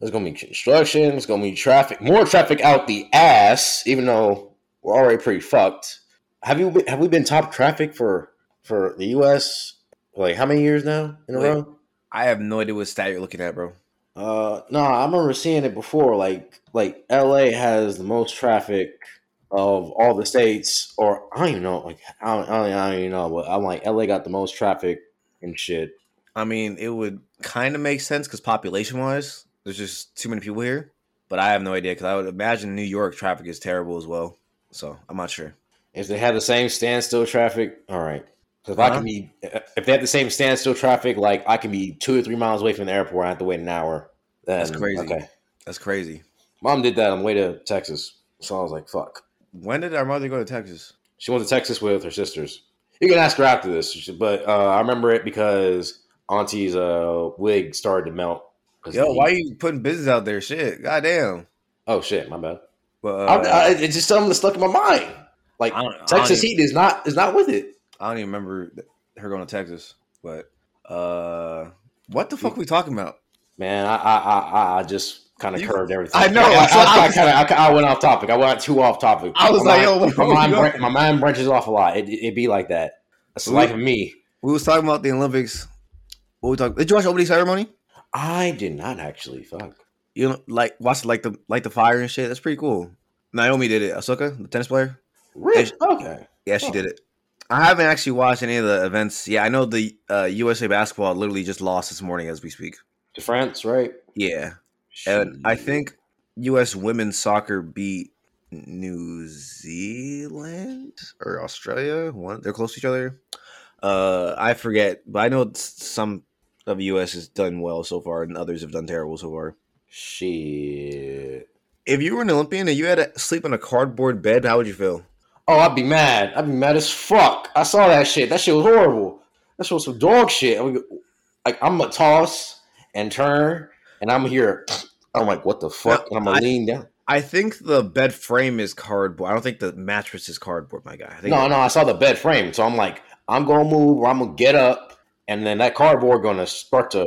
[SPEAKER 2] There's gonna be construction. There's gonna be traffic. More traffic out the ass. Even though we're already pretty fucked. Have you? Been, have we been top traffic for for the U.S. Like how many years now in a
[SPEAKER 1] Wait.
[SPEAKER 2] row?
[SPEAKER 1] I have no idea what stat you're looking at, bro.
[SPEAKER 2] Uh, no, I remember seeing it before. Like like L.A. has the most traffic of all the states, or I don't even know. Like I don't, I don't, I don't even know. But I'm like L.A. got the most traffic and shit.
[SPEAKER 1] I mean, it would kind of make sense because population wise, there's just too many people here. But I have no idea because I would imagine New York traffic is terrible as well. So I'm not sure.
[SPEAKER 2] If they had the same standstill traffic, all right. So if I
[SPEAKER 1] Uh-huh.
[SPEAKER 2] can be, if they had the same standstill traffic, like I can be two or three miles away from the airport, I have to wait an hour. Then,
[SPEAKER 1] That's crazy.
[SPEAKER 2] Okay,
[SPEAKER 1] That's crazy.
[SPEAKER 2] mom did that on the way to Texas, so I was like, "Fuck."
[SPEAKER 1] When did our mother go to Texas?
[SPEAKER 2] She went to Texas with her sisters. You can ask her after this, but uh, I remember it because Auntie's uh, wig started to melt. 'cause of
[SPEAKER 1] Yo,
[SPEAKER 2] the
[SPEAKER 1] why
[SPEAKER 2] heat.
[SPEAKER 1] you putting business out there? Shit, goddamn.
[SPEAKER 2] Oh shit, my bad.
[SPEAKER 1] But uh,
[SPEAKER 2] I, I, it's just something that stuck in my mind. Like
[SPEAKER 1] I don't- I don't
[SPEAKER 2] Texas
[SPEAKER 1] even-
[SPEAKER 2] heat is not is not with it.
[SPEAKER 1] I don't even remember th- her going to Texas. But uh, what the fuck are we talking about?
[SPEAKER 2] Man, I I I, I- I just kind of
[SPEAKER 1] You-
[SPEAKER 2] curved everything.
[SPEAKER 1] I know,
[SPEAKER 2] I,
[SPEAKER 1] that's what I was-
[SPEAKER 2] kind of I, went off topic. I went too off topic.
[SPEAKER 1] I was
[SPEAKER 2] my
[SPEAKER 1] like,
[SPEAKER 2] mind,
[SPEAKER 1] yo, what-
[SPEAKER 2] my, mind
[SPEAKER 1] what-
[SPEAKER 2] bran- my mind branches off a lot. It it be like that. That's the life of me.
[SPEAKER 1] We was talking about the Olympics. What we talking? Did you watch the opening ceremony?
[SPEAKER 2] I did not actually fuck.
[SPEAKER 1] You know, like watch like the like the fire and shit. That's pretty cool. Naomi did it. Ahsoka, the tennis player.
[SPEAKER 2] Really?
[SPEAKER 1] Oh.
[SPEAKER 2] Okay.
[SPEAKER 1] Yeah, she did it. I haven't actually watched any of the events. Yeah, I know the uh, USA basketball literally just lost this morning as we speak.
[SPEAKER 2] To France, right?
[SPEAKER 1] Yeah, and I think U.S. women's soccer beat New Zealand or Australia. One, they're close to each other. Uh, I forget, but I know it's- some of U.S. has done well so far, and others have done terrible so far.
[SPEAKER 2] Shit.
[SPEAKER 1] If you were an Olympian and you had to sleep in a cardboard bed, how would you feel?
[SPEAKER 2] Oh, I'd be mad. I'd be mad as fuck. I saw that shit. That shit was horrible. That shit was some dog shit. I would go- Like I'm gonna toss and turn, and I'm here. I'm like, what the fuck?
[SPEAKER 1] No,
[SPEAKER 2] and I'm gonna
[SPEAKER 1] I-
[SPEAKER 2] lean down.
[SPEAKER 1] I think the bed frame is cardboard. I don't think the mattress is cardboard, my guy. I think
[SPEAKER 2] No, no, I saw the bed frame, so I'm like, I'm gonna move, or I'm gonna get up, and then that cardboard gonna start to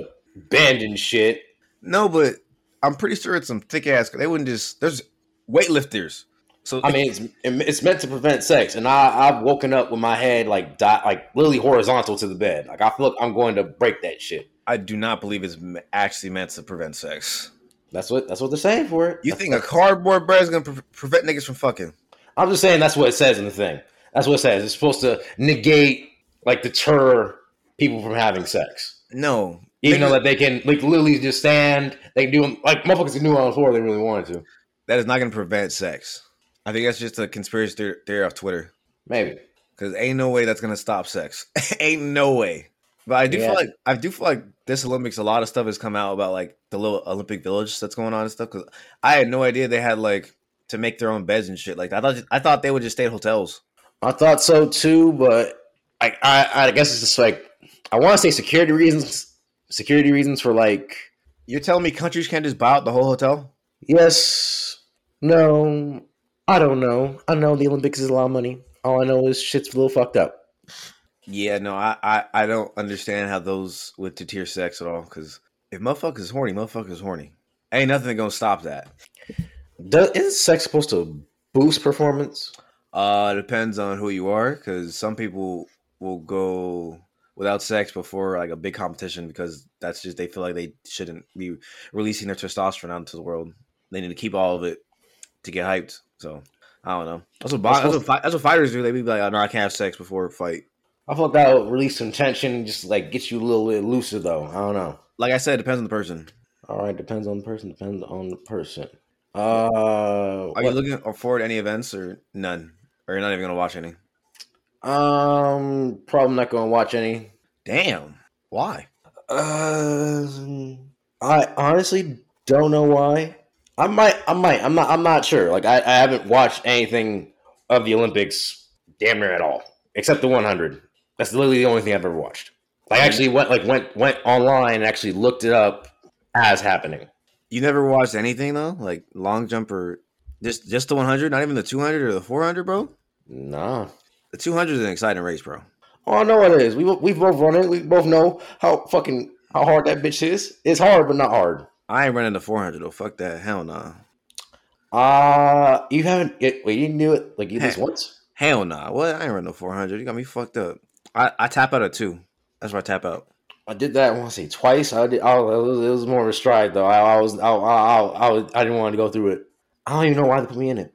[SPEAKER 2] bend and shit.
[SPEAKER 1] No, but I'm pretty sure it's some thick ass. They wouldn't just. There's weightlifters. So
[SPEAKER 2] I mean, it's it's meant to prevent sex, and I I've woken up with my head like di- like literally horizontal to the bed. Like I feel like I'm going to break that shit.
[SPEAKER 1] I do not believe it's m- actually meant to prevent sex.
[SPEAKER 2] That's what that's what they're saying for it.
[SPEAKER 1] You think a cardboard bed is gonna pre- prevent niggas from fucking?
[SPEAKER 2] I'm just saying that's what it says in the thing. That's what it says. It's supposed to negate like deter people from having sex,
[SPEAKER 1] No,
[SPEAKER 2] even
[SPEAKER 1] Niggas-
[SPEAKER 2] though that they can like literally just stand. They can do like motherfuckers can do it on the floor if they really wanted to.
[SPEAKER 1] that is not gonna prevent sex. I think that's just a conspiracy theor- theory off Twitter.
[SPEAKER 2] Maybe.
[SPEAKER 1] Cause ain't no way that's gonna stop sex. ain't no way. But I do
[SPEAKER 2] Yeah.
[SPEAKER 1] feel like I do feel like this Olympics, a lot of stuff has come out about like the little Olympic village that's going on and stuff. Cause I had no idea they had like to make their own beds and shit. Like I thought I thought they would just stay at hotels.
[SPEAKER 2] I thought so too, but I I, I guess it's just like I want to say security reasons, security reasons for like
[SPEAKER 1] You're telling me countries can't just buy out the whole hotel?
[SPEAKER 2] yes, no, I don't know. I know the Olympics is a lot of money. All I know is shit's a little fucked up.
[SPEAKER 1] Yeah, no, I I, I don't understand how those would deter sex at all. Cause if motherfuckers is horny, motherfuckers is horny. Ain't nothing gonna stop that.
[SPEAKER 2] Does, isn't sex supposed to boost performance?
[SPEAKER 1] Uh, depends on who you are, because some people will go without sex before like a big competition because that's just they feel like they shouldn't be releasing their testosterone out into the world. They need to keep all of it to get hyped. So I don't know. That's what bo- that's what, fi- that's what fighters do. They be like, oh, no, I can't have sex before a fight.
[SPEAKER 2] I thought that would release some tension, just like get you a little bit looser though. I don't know.
[SPEAKER 1] Like I said, it depends on the person.
[SPEAKER 2] All right, depends on the person. Depends on the person. Uh,
[SPEAKER 1] Are you looking forward to any events or none? Or you're not even gonna watch any?
[SPEAKER 2] um, probably not gonna watch any.
[SPEAKER 1] Damn. Why?
[SPEAKER 2] Um, I honestly don't know why. I might, I might, I'm not, I'm not sure. Like, I, I haven't watched anything of the Olympics damn near at all, except the 100. That's literally the only thing I've ever watched. I actually went, like, went, went online and actually looked it up as happening.
[SPEAKER 1] You never watched anything though, like long jump or just just the 100, not even the 200 or the 400, bro.
[SPEAKER 2] Nah.
[SPEAKER 1] The 200 is an exciting race, bro.
[SPEAKER 2] Oh, I know it is. We we both run it. We both know how fucking how hard that bitch is. It's hard, but not hard.
[SPEAKER 1] I ain't running the 400 though. Fuck that. Hell nah.
[SPEAKER 2] Uh you haven't. It, wait, you didn't do it like you just once.
[SPEAKER 1] Hell nah. What? I ain't running the 400. You got me fucked up. I, I tap out at two. That's where I tap out.
[SPEAKER 2] I did that. I want to say twice. I did. I, it, was, it was more of a stride though. I, I was. I, I, I, I, was- I didn't want to go through it. I don't even know why they put me in it.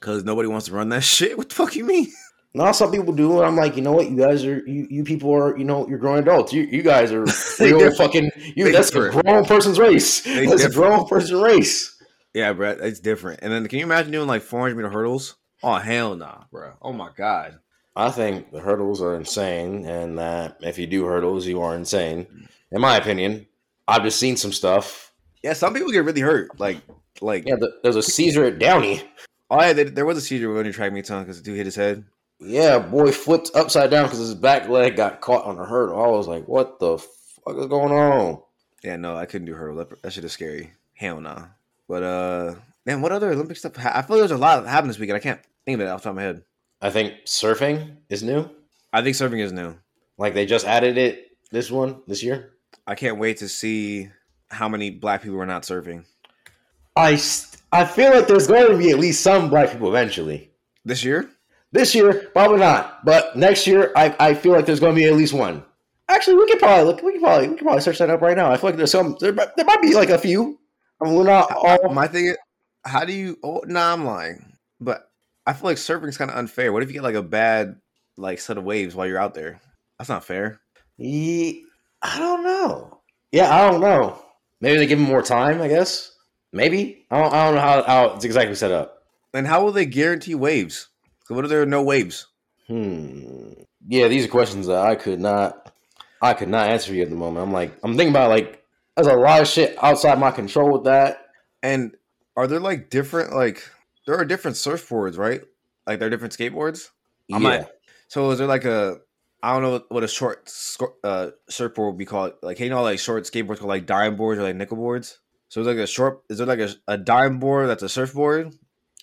[SPEAKER 1] Cause nobody wants to run that shit. What the fuck you mean?
[SPEAKER 2] Now some people do, and I'm like, you know what? You guys are. You, you people are. You know, you're grown adults. You, you guys are. You're
[SPEAKER 1] different.
[SPEAKER 2] fucking. You.
[SPEAKER 1] They
[SPEAKER 2] That's a
[SPEAKER 1] different.
[SPEAKER 2] grown person's race.
[SPEAKER 1] They
[SPEAKER 2] that's a
[SPEAKER 1] different.
[SPEAKER 2] grown person race.
[SPEAKER 1] Yeah, bro. It's different. And then can you imagine doing like 400 meter hurdles? Oh hell nah, bro. Oh my god.
[SPEAKER 2] I think the hurdles are insane, and that if you do hurdles, you are insane. In my opinion, I've just seen some stuff.
[SPEAKER 1] Yeah, some people get really hurt. Like like
[SPEAKER 2] Yeah, the, there's a Caesar at Downey.
[SPEAKER 1] oh yeah, there, there was a seizure when you track me tongue because the dude hit his head.
[SPEAKER 2] Yeah, boy flipped upside down because his back leg got caught on a hurdle. I was like, what the fuck is going on?
[SPEAKER 1] Yeah, no, I couldn't do hurdle. That, that shit is scary. Hell nah. But uh, man, what other Olympic stuff? ha- I feel like there's a lot that happened this weekend. I can't think of it off the top of my head.
[SPEAKER 2] I think surfing is new.
[SPEAKER 1] I think surfing is new.
[SPEAKER 2] Like they just added it this one this year.
[SPEAKER 1] I can't wait to see how many black people are not surfing
[SPEAKER 2] I st- I feel like there's going to be at least some black people eventually.
[SPEAKER 1] this year.
[SPEAKER 2] This year, probably not, but next year, I, I feel like there's going to be at least one. Actually, we could probably look. We could probably we could probably search that up right now. I feel like there's some. There, mi- there might be like a few. I mean, we're not all.
[SPEAKER 1] My thing, is, how do you? Oh, nah, I'm oh, lying. But I feel like surfing's kind of unfair. What if you get like a bad like set of waves while you're out there? That's not fair.
[SPEAKER 2] Ye- I don't know. Yeah, I don't know. Maybe they give him more time. I guess. Maybe I don't. I don't know how, how it's exactly set up.
[SPEAKER 1] And how will they guarantee waves? 'Cause What if there are no waves?
[SPEAKER 2] Hmm. Yeah, these are questions that I could not. I could not answer you at the moment. I'm like, I'm thinking about like, there's a lot of shit outside my control with that.
[SPEAKER 1] And are there like different like there are different surfboards, right? Like there are different skateboards. I'm
[SPEAKER 2] yeah.
[SPEAKER 1] not- So is there like a I don't know what a short sco- uh, surfboard would be called. Like you know, like short skateboards called like dime boards or like nickel boards. So is like a short. Is there like a, a dime board that's a surfboard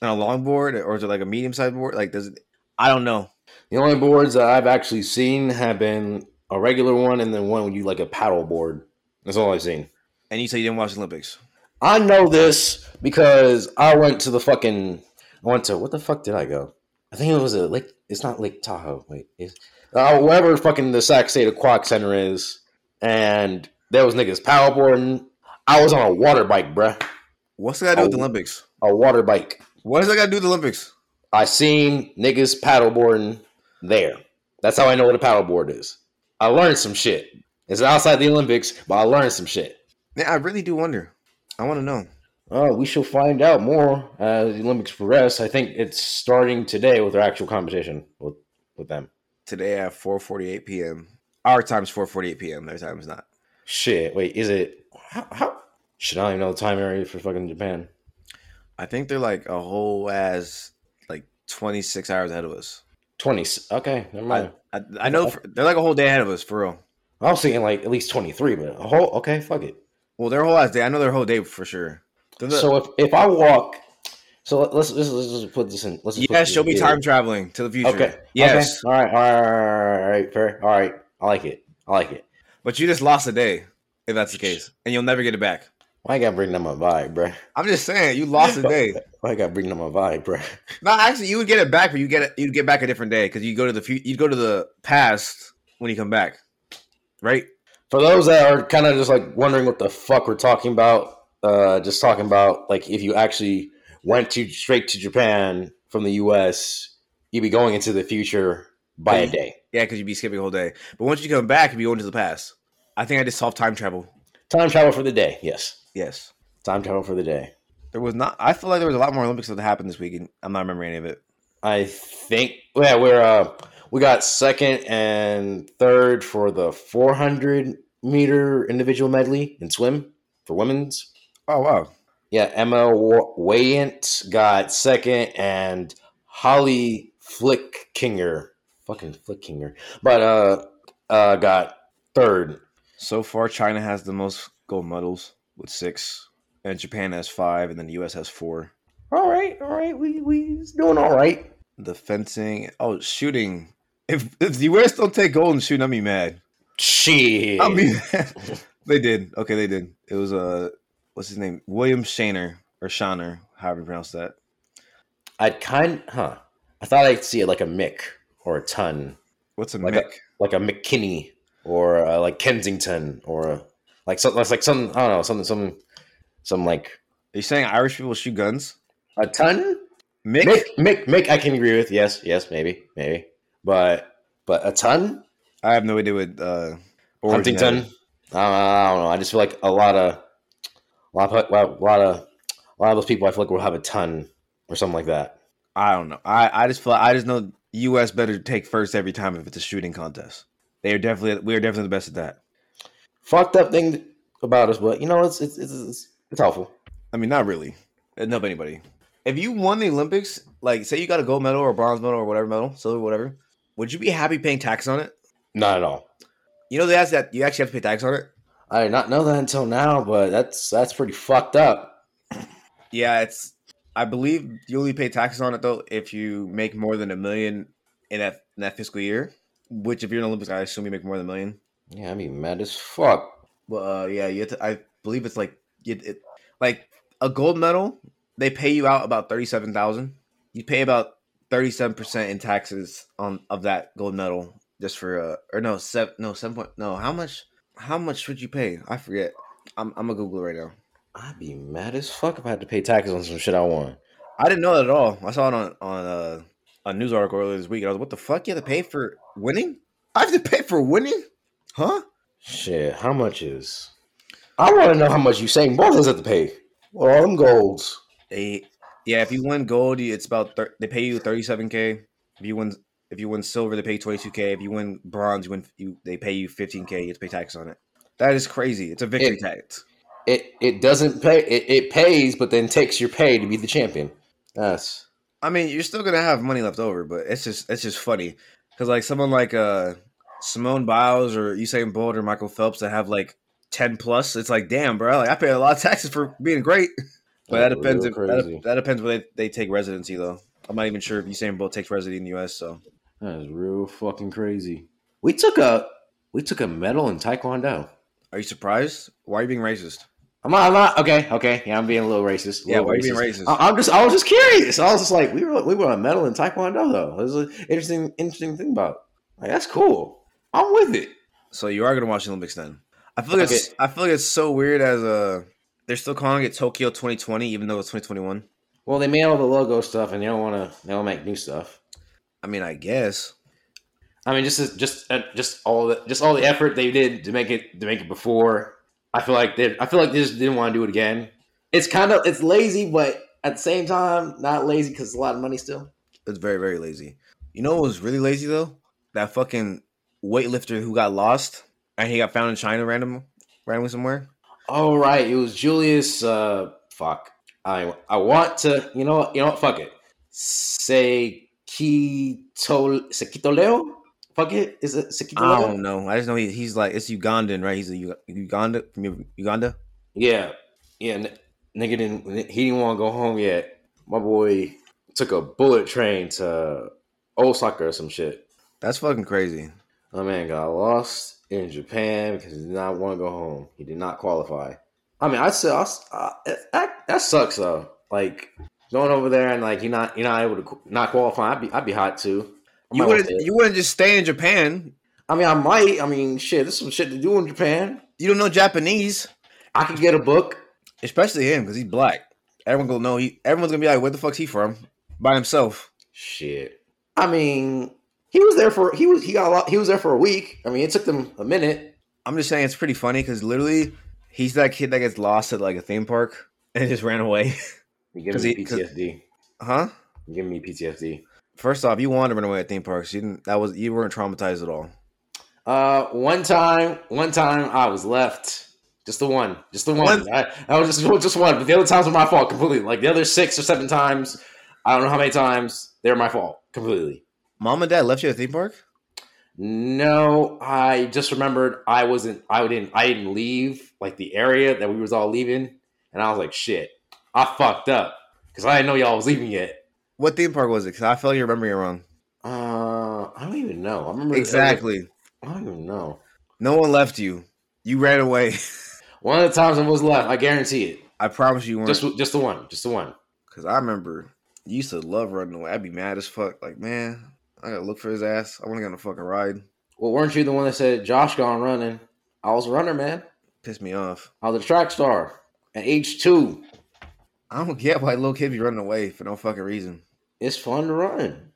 [SPEAKER 1] and a long board, or is it like a medium sized board? Like does it? I don't know.
[SPEAKER 2] The only boards that I've actually seen have been a regular one and then one when you like a paddle board. That's all I've seen.
[SPEAKER 1] And you say you didn't watch the Olympics.
[SPEAKER 2] I know this because I went to the fucking. I went to what the fuck did I go? I think it was a lake. It's not Lake Tahoe. Wait, it's, uh, wherever fucking the Sac State Aquatic Center is, and there was niggas paddleboarding. I was on a water bike, bruh.
[SPEAKER 1] What's that got to do with the
[SPEAKER 2] Oh.
[SPEAKER 1] Olympics?
[SPEAKER 2] A water bike.
[SPEAKER 1] What does that got to do with the Olympics?
[SPEAKER 2] I seen niggas paddleboarding there. That's how I know what a paddleboard is. I learned some shit. It's outside the Olympics, but I learned some shit.
[SPEAKER 1] Man, I really do wonder. I want to know.
[SPEAKER 2] Oh, we shall find out more as the Olympics progress. I think it's starting today with their actual competition with, with them.
[SPEAKER 1] Today at 4:48 p.m. Our time's 4:48 p.m. Their time's not.
[SPEAKER 2] Shit, wait, is it how, how should I don't even know the time area for fucking Japan?
[SPEAKER 1] I think they're like a whole ass like 26 hours ahead of us.
[SPEAKER 2] Twenty. Okay, never mind.
[SPEAKER 1] I, I know for, they're like a whole day ahead of us for real.
[SPEAKER 2] I, was thinking like at least twenty three, but a whole okay, fuck it.
[SPEAKER 1] Well, their whole ass day. I know their whole day for sure. They're the-
[SPEAKER 2] So if, if I walk, so let's let's, let's just put this in. Let's just put
[SPEAKER 1] yes,
[SPEAKER 2] this
[SPEAKER 1] she'll be
[SPEAKER 2] in.
[SPEAKER 1] time traveling to the future.
[SPEAKER 2] Okay.
[SPEAKER 1] Yes,
[SPEAKER 2] Okay. All right. All right. All right. Fair. All right. I like it. I like it.
[SPEAKER 1] but you just lost a day if that's the case, and you'll never get it back.
[SPEAKER 2] Why I gotta bring down my vibe, bruh?
[SPEAKER 1] I'm just saying, you lost a day.
[SPEAKER 2] Why I gotta bring down my vibe, bruh?
[SPEAKER 1] No, actually, you would get it back, but you get it, you'd get back a different day because you go to the future. You'd go to the past when you come back, right?
[SPEAKER 2] For those that are kind of just like wondering what the fuck we're talking about, uh, just talking about like if you actually went to straight to Japan from the U.S., you'd be going into the future by a day.
[SPEAKER 1] Yeah, because you'd be skipping a whole day. But once you come back, you'd be going to the past. I think I just solved time travel.
[SPEAKER 2] Time travel for the day. Yes.
[SPEAKER 1] Yes.
[SPEAKER 2] Time travel for the day.
[SPEAKER 1] There was not. I feel like there was a lot more Olympics that happened this weekend. I'm not remembering any of it.
[SPEAKER 2] I think yeah, we're uh we got second and third for the 400 meter individual medley in swim for women's.
[SPEAKER 1] Oh wow!
[SPEAKER 2] Yeah, Emma Wa- Wayant got second and Holly Flickkinger, fucking Flickkinger, but uh uh got third.
[SPEAKER 1] So far, China has the most gold medals with six, and Japan has five, and then the U.S. has four.
[SPEAKER 2] All right, all right, we we doing all right.
[SPEAKER 1] The fencing, oh shooting. If if the U.S. don't take gold in shooting, I'll be mad.
[SPEAKER 2] Shit.
[SPEAKER 1] I'll be mad. they did. Okay, they did. It was uh, what's his name? William Shaner or Shaner, however you pronounce that.
[SPEAKER 2] I'd kind huh. I thought I'd see it like a mick or a ton.
[SPEAKER 1] What's a
[SPEAKER 2] Like a-
[SPEAKER 1] mick?
[SPEAKER 2] like a McKinney or uh, like Kensington or uh, like something that's like some I don't know something some some like
[SPEAKER 1] Are you saying Irish people shoot guns?
[SPEAKER 2] a ton
[SPEAKER 1] Mick?
[SPEAKER 2] Mick Mick Mick I can agree with yes yes maybe maybe but but a ton
[SPEAKER 1] I have no idea what uh. origin that
[SPEAKER 2] Huntington I
[SPEAKER 1] is.
[SPEAKER 2] don't, know, I don't know I just feel like a lot of a lot of a lot of a lot of those people I feel like will have a ton or something like that
[SPEAKER 1] I don't know. I, I just feel I just know U.S. better take first every time if it's a shooting contest. They are definitely we are definitely the best at that.
[SPEAKER 2] fucked up thing about us but you know it's it's it's it's, it's helpful
[SPEAKER 1] I mean, not really. It help anybody. If you won the Olympics, like say you got a gold medal or a bronze medal or whatever medal, silver, whatever, would you be happy paying tax on it?
[SPEAKER 2] not at all
[SPEAKER 1] You know they ask that you actually have to pay tax on it.
[SPEAKER 2] I did not know that until now but that's that's pretty fucked up.
[SPEAKER 1] Yeah, it's. I believe you only pay taxes on it though if you make more than a million in that in that fiscal year. Which, if you're an Olympics, I assume you make more than a million.
[SPEAKER 2] Yeah, I'd be mad as fuck.
[SPEAKER 1] Well, uh, yeah, you have to, I believe it's like you, it, like a gold medal. They pay you out about thirty seven thousand. You pay about thirty seven percent in taxes on of that gold medal just for uh or no seven no seven point no how much how much would you pay? I forget. I'm I'm gonna Google it right now.
[SPEAKER 2] I'd be mad as fuck if I had to pay taxes on some shit I want.
[SPEAKER 1] I didn't know that at all. I saw it on on uh, a news article earlier this week. And I was, what the fuck? You have to pay for winning? I have to pay for winning? Huh?
[SPEAKER 2] Shit, how much is? I want to know how much Usain Bolt has to pay. Well, all them golds.
[SPEAKER 1] They, yeah, if you win gold, you- it's about thir- they pay you thirty seven k. If you win, if you win silver, they pay twenty two k. If you win bronze, you win you, they pay you fifteen k. You have to pay tax on it. That is crazy. It's a victory
[SPEAKER 2] It-
[SPEAKER 1] tax.
[SPEAKER 2] It it doesn't pay. It, it pays, but then takes your pay to be the champion. That's
[SPEAKER 1] I mean, you're still gonna have money left over, but it's just it's just funny because like someone like uh Simone Biles or Usain Bolt or Michael Phelps that have like ten plus, it's like damn, bro, like I paid a lot of taxes for being great. But that
[SPEAKER 2] That's
[SPEAKER 1] depends. If,
[SPEAKER 2] real
[SPEAKER 1] that,
[SPEAKER 2] crazy.
[SPEAKER 1] that depends where they, they take residency though. I'm not even sure if Usain Bolt takes residency in the U.S. So
[SPEAKER 2] that is real fucking crazy. We took a we took a medal in Taekwondo.
[SPEAKER 1] Are you surprised? Why are you being racist?
[SPEAKER 2] I'm not, I'm not okay. Okay, yeah, I'm being a little racist. a
[SPEAKER 1] Yeah,
[SPEAKER 2] little
[SPEAKER 1] why are you being racist?
[SPEAKER 2] I, I'm just, I was just curious. I was just like, we were, we were on medal in Taekwondo though. It was an interesting, interesting thing about. it. Like that's cool. I'm with it.
[SPEAKER 1] So you are gonna watch the Olympics then? I feel like it's
[SPEAKER 2] Okay.
[SPEAKER 1] I feel like it's so weird as a they're still calling it Tokyo 2020 even though it's 2021.
[SPEAKER 2] Well, they made all the logo stuff, and they don't want to. They don't make new stuff.
[SPEAKER 1] I mean, I guess.
[SPEAKER 2] I mean, just just uh, just all the just all the effort they did to make it to make it before. I feel like they I feel like they just didn't want to do it again. It's kind of it's lazy, but at the same time, not lazy because it's a lot of money still.
[SPEAKER 1] It's very very lazy. You know what was really lazy though? That fucking weightlifter who got lost and he got found in China random randomly somewhere.
[SPEAKER 2] All Oh, right, it was Julius. Uh, fuck. I I want to. You know. what- You know. what? Fuck it. Sekito Sekitoleo. Fuck it. Is it
[SPEAKER 1] I
[SPEAKER 2] Sekitoleo?
[SPEAKER 1] don't know. I just know he, he's like it's Ugandan, right? He's a Uga- Uganda from Uganda.
[SPEAKER 2] Yeah. Yeah. N- nigga didn't. He didn't want to go home yet. My boy took a bullet train to Osaka or some shit.
[SPEAKER 1] That's fucking crazy.
[SPEAKER 2] My man got lost in Japan because he did not want to go home. He did not qualify. I mean, I still, I, s- I- that, that sucks though. Like going over there and like you're not you're not able to qu- not qualify. I'd be I'd be hot too. I
[SPEAKER 1] You
[SPEAKER 2] might want
[SPEAKER 1] wouldn't
[SPEAKER 2] to-
[SPEAKER 1] you wouldn't just stay in Japan.
[SPEAKER 2] I mean, I might. I mean, shit. There's some shit to do in Japan.
[SPEAKER 1] You don't know Japanese.
[SPEAKER 2] I could get a book.
[SPEAKER 1] especially him because he's black. Everyone gonna know he. Everyone's gonna be like, "Where the fuck's he from?" By himself.
[SPEAKER 2] Shit. I mean, he was there for he was he got a lot. He was there for a week. I mean, it took them a minute.
[SPEAKER 1] I'm just saying it's pretty funny because literally he's that kid that gets lost at like a theme park and just ran away,
[SPEAKER 2] You give
[SPEAKER 1] 'Cause
[SPEAKER 2] me
[SPEAKER 1] he- 'cause-
[SPEAKER 2] PTSD.
[SPEAKER 1] huh?
[SPEAKER 2] You give me PTSD.
[SPEAKER 1] First off, you wanted to run away at theme parks. You didn't. That was you weren't traumatized at all.
[SPEAKER 2] Uh, one time, one time I was left. Just the one, just the one.
[SPEAKER 1] One-
[SPEAKER 2] I, I was just just one, but the other times were my fault completely. Like the other six or seven times, I don't know how many times they're my fault completely.
[SPEAKER 1] Mom and dad left you at theme park.
[SPEAKER 2] No, I just remembered I wasn't. I didn't. I didn't leave like the area that we was all leaving, and I was like, shit, I fucked up because I didn't know y'all was leaving yet.
[SPEAKER 1] What theme park was it? Because I feel like you're remembering it wrong.
[SPEAKER 2] Uh, I don't even know. I remember
[SPEAKER 1] Exactly.
[SPEAKER 2] I don't even know.
[SPEAKER 1] No one left you. You ran away.
[SPEAKER 2] One of the times I was left, I guarantee it.
[SPEAKER 1] I promise you weren't.
[SPEAKER 2] Just, just the one, just the one.
[SPEAKER 1] Because I remember you used to love running away. I'd be mad as fuck. Like man, I gotta look for his ass. I want to get on a fucking ride.
[SPEAKER 2] Well, weren't you the one that said Josh gone running? I was a runner, man.
[SPEAKER 1] Pissed me off.
[SPEAKER 2] I was a track star at age two.
[SPEAKER 1] I don't get why little kid be running away for no fucking reason.
[SPEAKER 2] It's fun to run,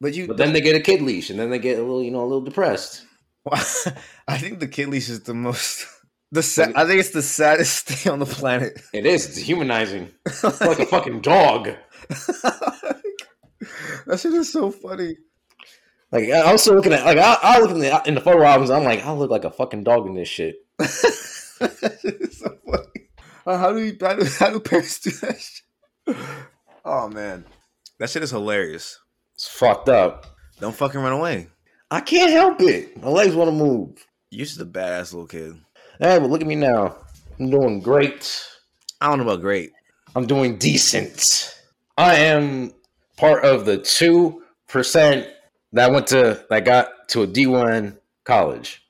[SPEAKER 1] But you,
[SPEAKER 2] but then they get a kid leash, and then they get a little, you know, a little depressed.
[SPEAKER 1] I think the kid leash is the most. The sa- I think it's the saddest thing on the planet.
[SPEAKER 2] It is it's dehumanizing, It's like a fucking dog.
[SPEAKER 1] that shit is so funny.
[SPEAKER 2] Like I I was still looking at, like I, I look in the in the photo albums. I'm like, I look like a fucking dog in this shit.
[SPEAKER 1] that shit is so funny. Uh, How do we? How do, how do parents do that? Shit? Oh man, that shit is hilarious.
[SPEAKER 2] It's fucked up.
[SPEAKER 1] Don't fucking run away.
[SPEAKER 2] I can't help it. My legs want to move.
[SPEAKER 1] You're just a badass little kid.
[SPEAKER 2] Hey, but look at me now. I'm doing great.
[SPEAKER 1] I don't know about great.
[SPEAKER 2] I'm doing decent. I am part of the two percent that went to that got to a D1 college.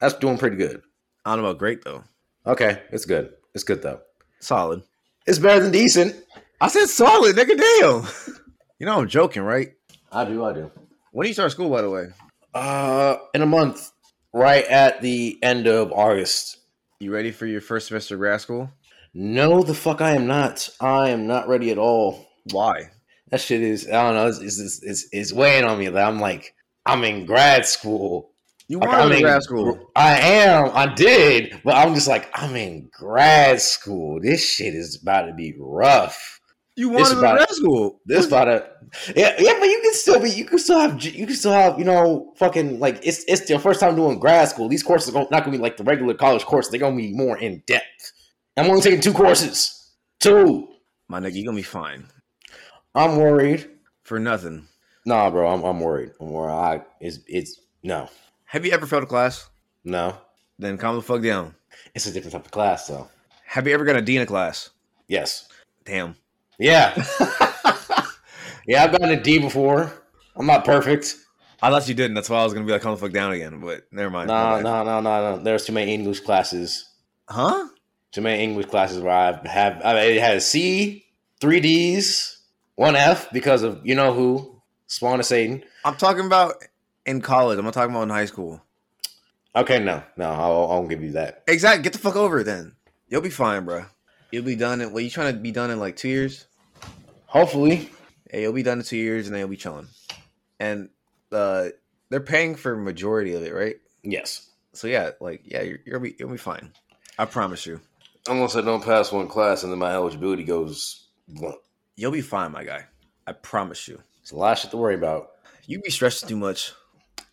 [SPEAKER 2] That's doing pretty good.
[SPEAKER 1] I don't know about great though.
[SPEAKER 2] Okay, it's good. It's good though.
[SPEAKER 1] Solid.
[SPEAKER 2] It's better than decent.
[SPEAKER 1] I said solid, nigga. Damn. You know I'm joking, right?
[SPEAKER 2] I do. I do.
[SPEAKER 1] When do you start school, by the way?
[SPEAKER 2] Uh, in a month, right at the end of August.
[SPEAKER 1] You ready for your first semester of grad school?
[SPEAKER 2] No, the fuck I am not. I am not ready at all.
[SPEAKER 1] Why?
[SPEAKER 2] That shit is I don't know. It's it's, it's, it's weighing on me that I'm like I'm in grad school.
[SPEAKER 1] You
[SPEAKER 2] Like,
[SPEAKER 1] want
[SPEAKER 2] I'm
[SPEAKER 1] to
[SPEAKER 2] in-
[SPEAKER 1] grad school.
[SPEAKER 2] I am. I did, but I'm just like I'm in grad school. This shit is about to be rough.
[SPEAKER 1] You want to go to
[SPEAKER 2] about-
[SPEAKER 1] grad school.
[SPEAKER 2] This about to yeah, yeah, but you can still be you can still have you can still have you know fucking like it's it's your first time doing grad school. These courses are gon- not gonna be like the regular college courses. They're gonna be more in depth. I'm only taking two courses. Two.
[SPEAKER 1] My nigga, you're going to be fine.
[SPEAKER 2] I'm worried.
[SPEAKER 1] For nothing.
[SPEAKER 2] Nah, bro, I'm I'm worried. I'm worried. I, it's it's no
[SPEAKER 1] Have you ever failed a class?
[SPEAKER 2] no.
[SPEAKER 1] Then calm the fuck down.
[SPEAKER 2] It's a different type of class though.
[SPEAKER 1] Have you ever got a D in a class?
[SPEAKER 2] Yes.
[SPEAKER 1] Damn.
[SPEAKER 2] Yeah. yeah, I've gotten a D before. I'm not perfect.
[SPEAKER 1] I thought you didn't. That's why I was going to be like, calm the fuck down again. But never mind.
[SPEAKER 2] No,
[SPEAKER 1] My bad.
[SPEAKER 2] no, no, no, no. There's too many English classes.
[SPEAKER 1] Huh?
[SPEAKER 2] Too many English classes where I have I had a C, three D's, one F because of you know who, Spawn of Satan.
[SPEAKER 1] I'm talking about in college. I'm not talking about in high school.
[SPEAKER 2] Okay, no, no, I won't I won't give you that.
[SPEAKER 1] Exactly. Get the fuck over it then. You'll be fine, bro. You'll be done in, what, you trying to be done in like two years?
[SPEAKER 2] Hopefully,
[SPEAKER 1] Yeah, you'll be done in two years and then you'll be chilling. And uh, they're paying for majority of it, right?
[SPEAKER 2] yes.
[SPEAKER 1] So yeah, like yeah, you're, you'll be you'll be fine. I promise you,
[SPEAKER 2] Unless I don't pass one class and then my eligibility goes. blunt.
[SPEAKER 1] you'll be fine, my guy. I promise you.
[SPEAKER 2] It's a lot of shit to worry about.
[SPEAKER 1] You be stressing too much.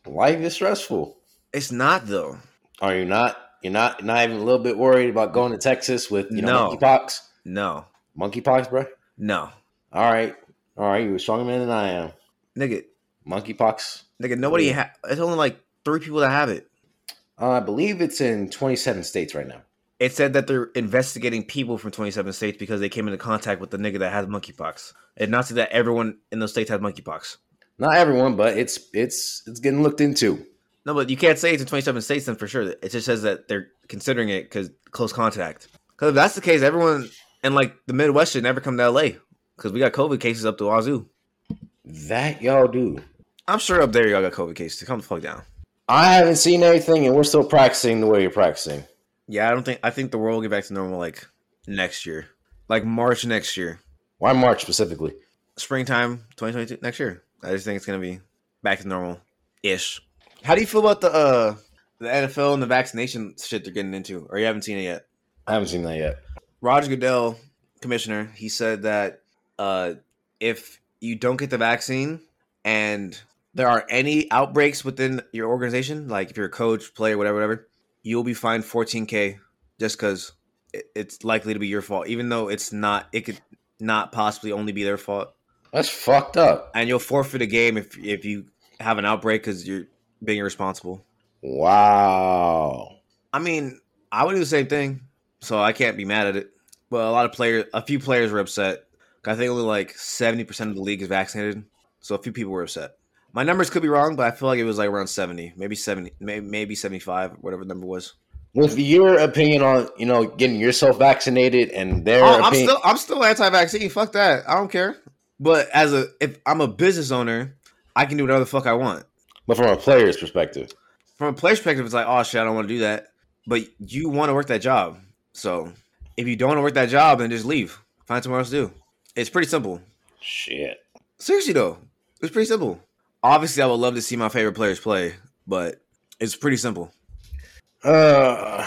[SPEAKER 2] Life is stressful.
[SPEAKER 1] It's not though.
[SPEAKER 2] Are you not? You're not not even a little bit worried about going to Texas with you know
[SPEAKER 1] No.
[SPEAKER 2] monkeypox?
[SPEAKER 1] No,
[SPEAKER 2] Monkeypox, bro.
[SPEAKER 1] no,
[SPEAKER 2] All right, all right. You're a stronger man than I am.
[SPEAKER 1] nigga,
[SPEAKER 2] Monkeypox.
[SPEAKER 1] nigga. Nobody. Ha- it's only like three people that have it.
[SPEAKER 2] Uh, I believe it's in 27 states right now.
[SPEAKER 1] It said that they're investigating people from 27 states because they came into contact with the nigga that had monkeypox. And not to that everyone in those states had monkeypox.
[SPEAKER 2] Not everyone, but it's it's it's getting looked into.
[SPEAKER 1] No, but you can't say it's in 27 states then for sure. It just says that they're considering it because close contact. Because if that's the case, everyone in like the Midwest should never come to LA because we got COVID cases up to Wazoo.
[SPEAKER 2] That y'all do.
[SPEAKER 1] I'm sure up there y'all got COVID cases. Come the fuck down.
[SPEAKER 2] I haven't seen anything, and we're still practicing the way you're practicing.
[SPEAKER 1] Yeah, I don't think I think the world will get back to normal like next year, like March next year,
[SPEAKER 2] Why March specifically?
[SPEAKER 1] springtime 2022 next year. I just think it's gonna be back to normal ish. How do you feel about the uh the NFL and the vaccination shit they're getting into? Or you haven't seen it yet?
[SPEAKER 2] I haven't seen that yet.
[SPEAKER 1] Roger Goodell, commissioner, he said that uh, if you don't get the vaccine and there are any outbreaks within your organization, like if you're a coach, player, whatever, whatever, you'll be fined 14k just because it's likely to be your fault, even though it's not. It could not possibly only be their fault,
[SPEAKER 2] That's fucked up.
[SPEAKER 1] and you'll forfeit a game if if you have an outbreak because you're being irresponsible.
[SPEAKER 2] Wow.
[SPEAKER 1] I mean, I would do the same thing, so I can't be mad at it. But a lot of players, a few players were upset. I think only like seventy percent of the league is vaccinated, so a few people were upset. My numbers could be wrong, but I feel like it was like around seventy, maybe seventy, may- maybe seventy-five, whatever the number was.
[SPEAKER 2] With your opinion on you know getting yourself vaccinated and their
[SPEAKER 1] Oh, I'm
[SPEAKER 2] opinion,
[SPEAKER 1] still, I'm still anti-vaccine. Fuck that. I don't care. But as a, if I'm a business owner, I can do whatever the fuck I want.
[SPEAKER 2] but from a player's perspective,
[SPEAKER 1] from a player's perspective, it's like, oh shit, I don't want to do that. But you want to work that job. So if you don't want to work that job, then just leave. Find somewhere else to do. It's pretty simple.
[SPEAKER 2] shit.
[SPEAKER 1] Seriously though, it's pretty simple. Obviously, I would love to see my favorite players play, but it's pretty simple.
[SPEAKER 2] Uh,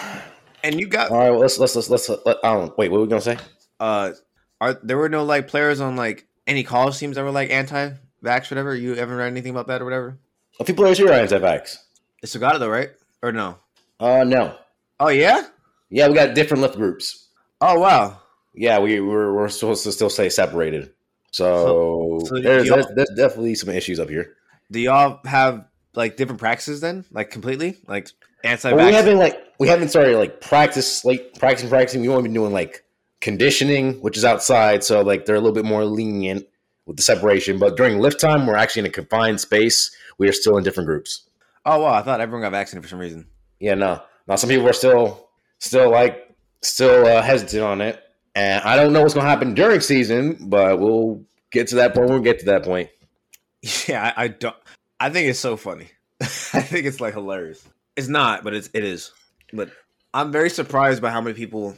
[SPEAKER 1] And you got
[SPEAKER 2] all right. Well, let's let's let's let's let, um, wait. What were we gonna say?
[SPEAKER 1] uh are there were no like players on like any college teams that were like anti vax, whatever. You ever read anything about that or whatever?
[SPEAKER 2] A few players here are anti-vax.
[SPEAKER 1] It's still got it though, right? Or no?
[SPEAKER 2] Uh, no.
[SPEAKER 1] Oh yeah?
[SPEAKER 2] Yeah, we got different lift groups.
[SPEAKER 1] Oh wow.
[SPEAKER 2] Yeah, we we're, we're supposed to still stay separated. So,
[SPEAKER 1] So- so
[SPEAKER 2] there's,
[SPEAKER 1] y'all-
[SPEAKER 2] there's there's definitely some issues up here.
[SPEAKER 1] Do y'all have like different practices then? Like completely? Like anti
[SPEAKER 2] But we
[SPEAKER 1] vax?
[SPEAKER 2] haven't like we haven't started like practice like practicing practicing. We only been doing like conditioning, which is outside. So like they're a little bit more lenient with the separation. But during lift time, we're actually in a confined space. We are still in different groups.
[SPEAKER 1] Oh wow, I thought everyone got vaccinated for some reason.
[SPEAKER 2] Yeah, no. Now some people are still still like still uh, hesitant on it, and I don't know what's gonna happen during season, but we'll get to that point. We'll get to that point.
[SPEAKER 1] Yeah, I, I don't I think it's so funny. I think it's like hilarious. It's not, but it's it is. But I'm very surprised by how many people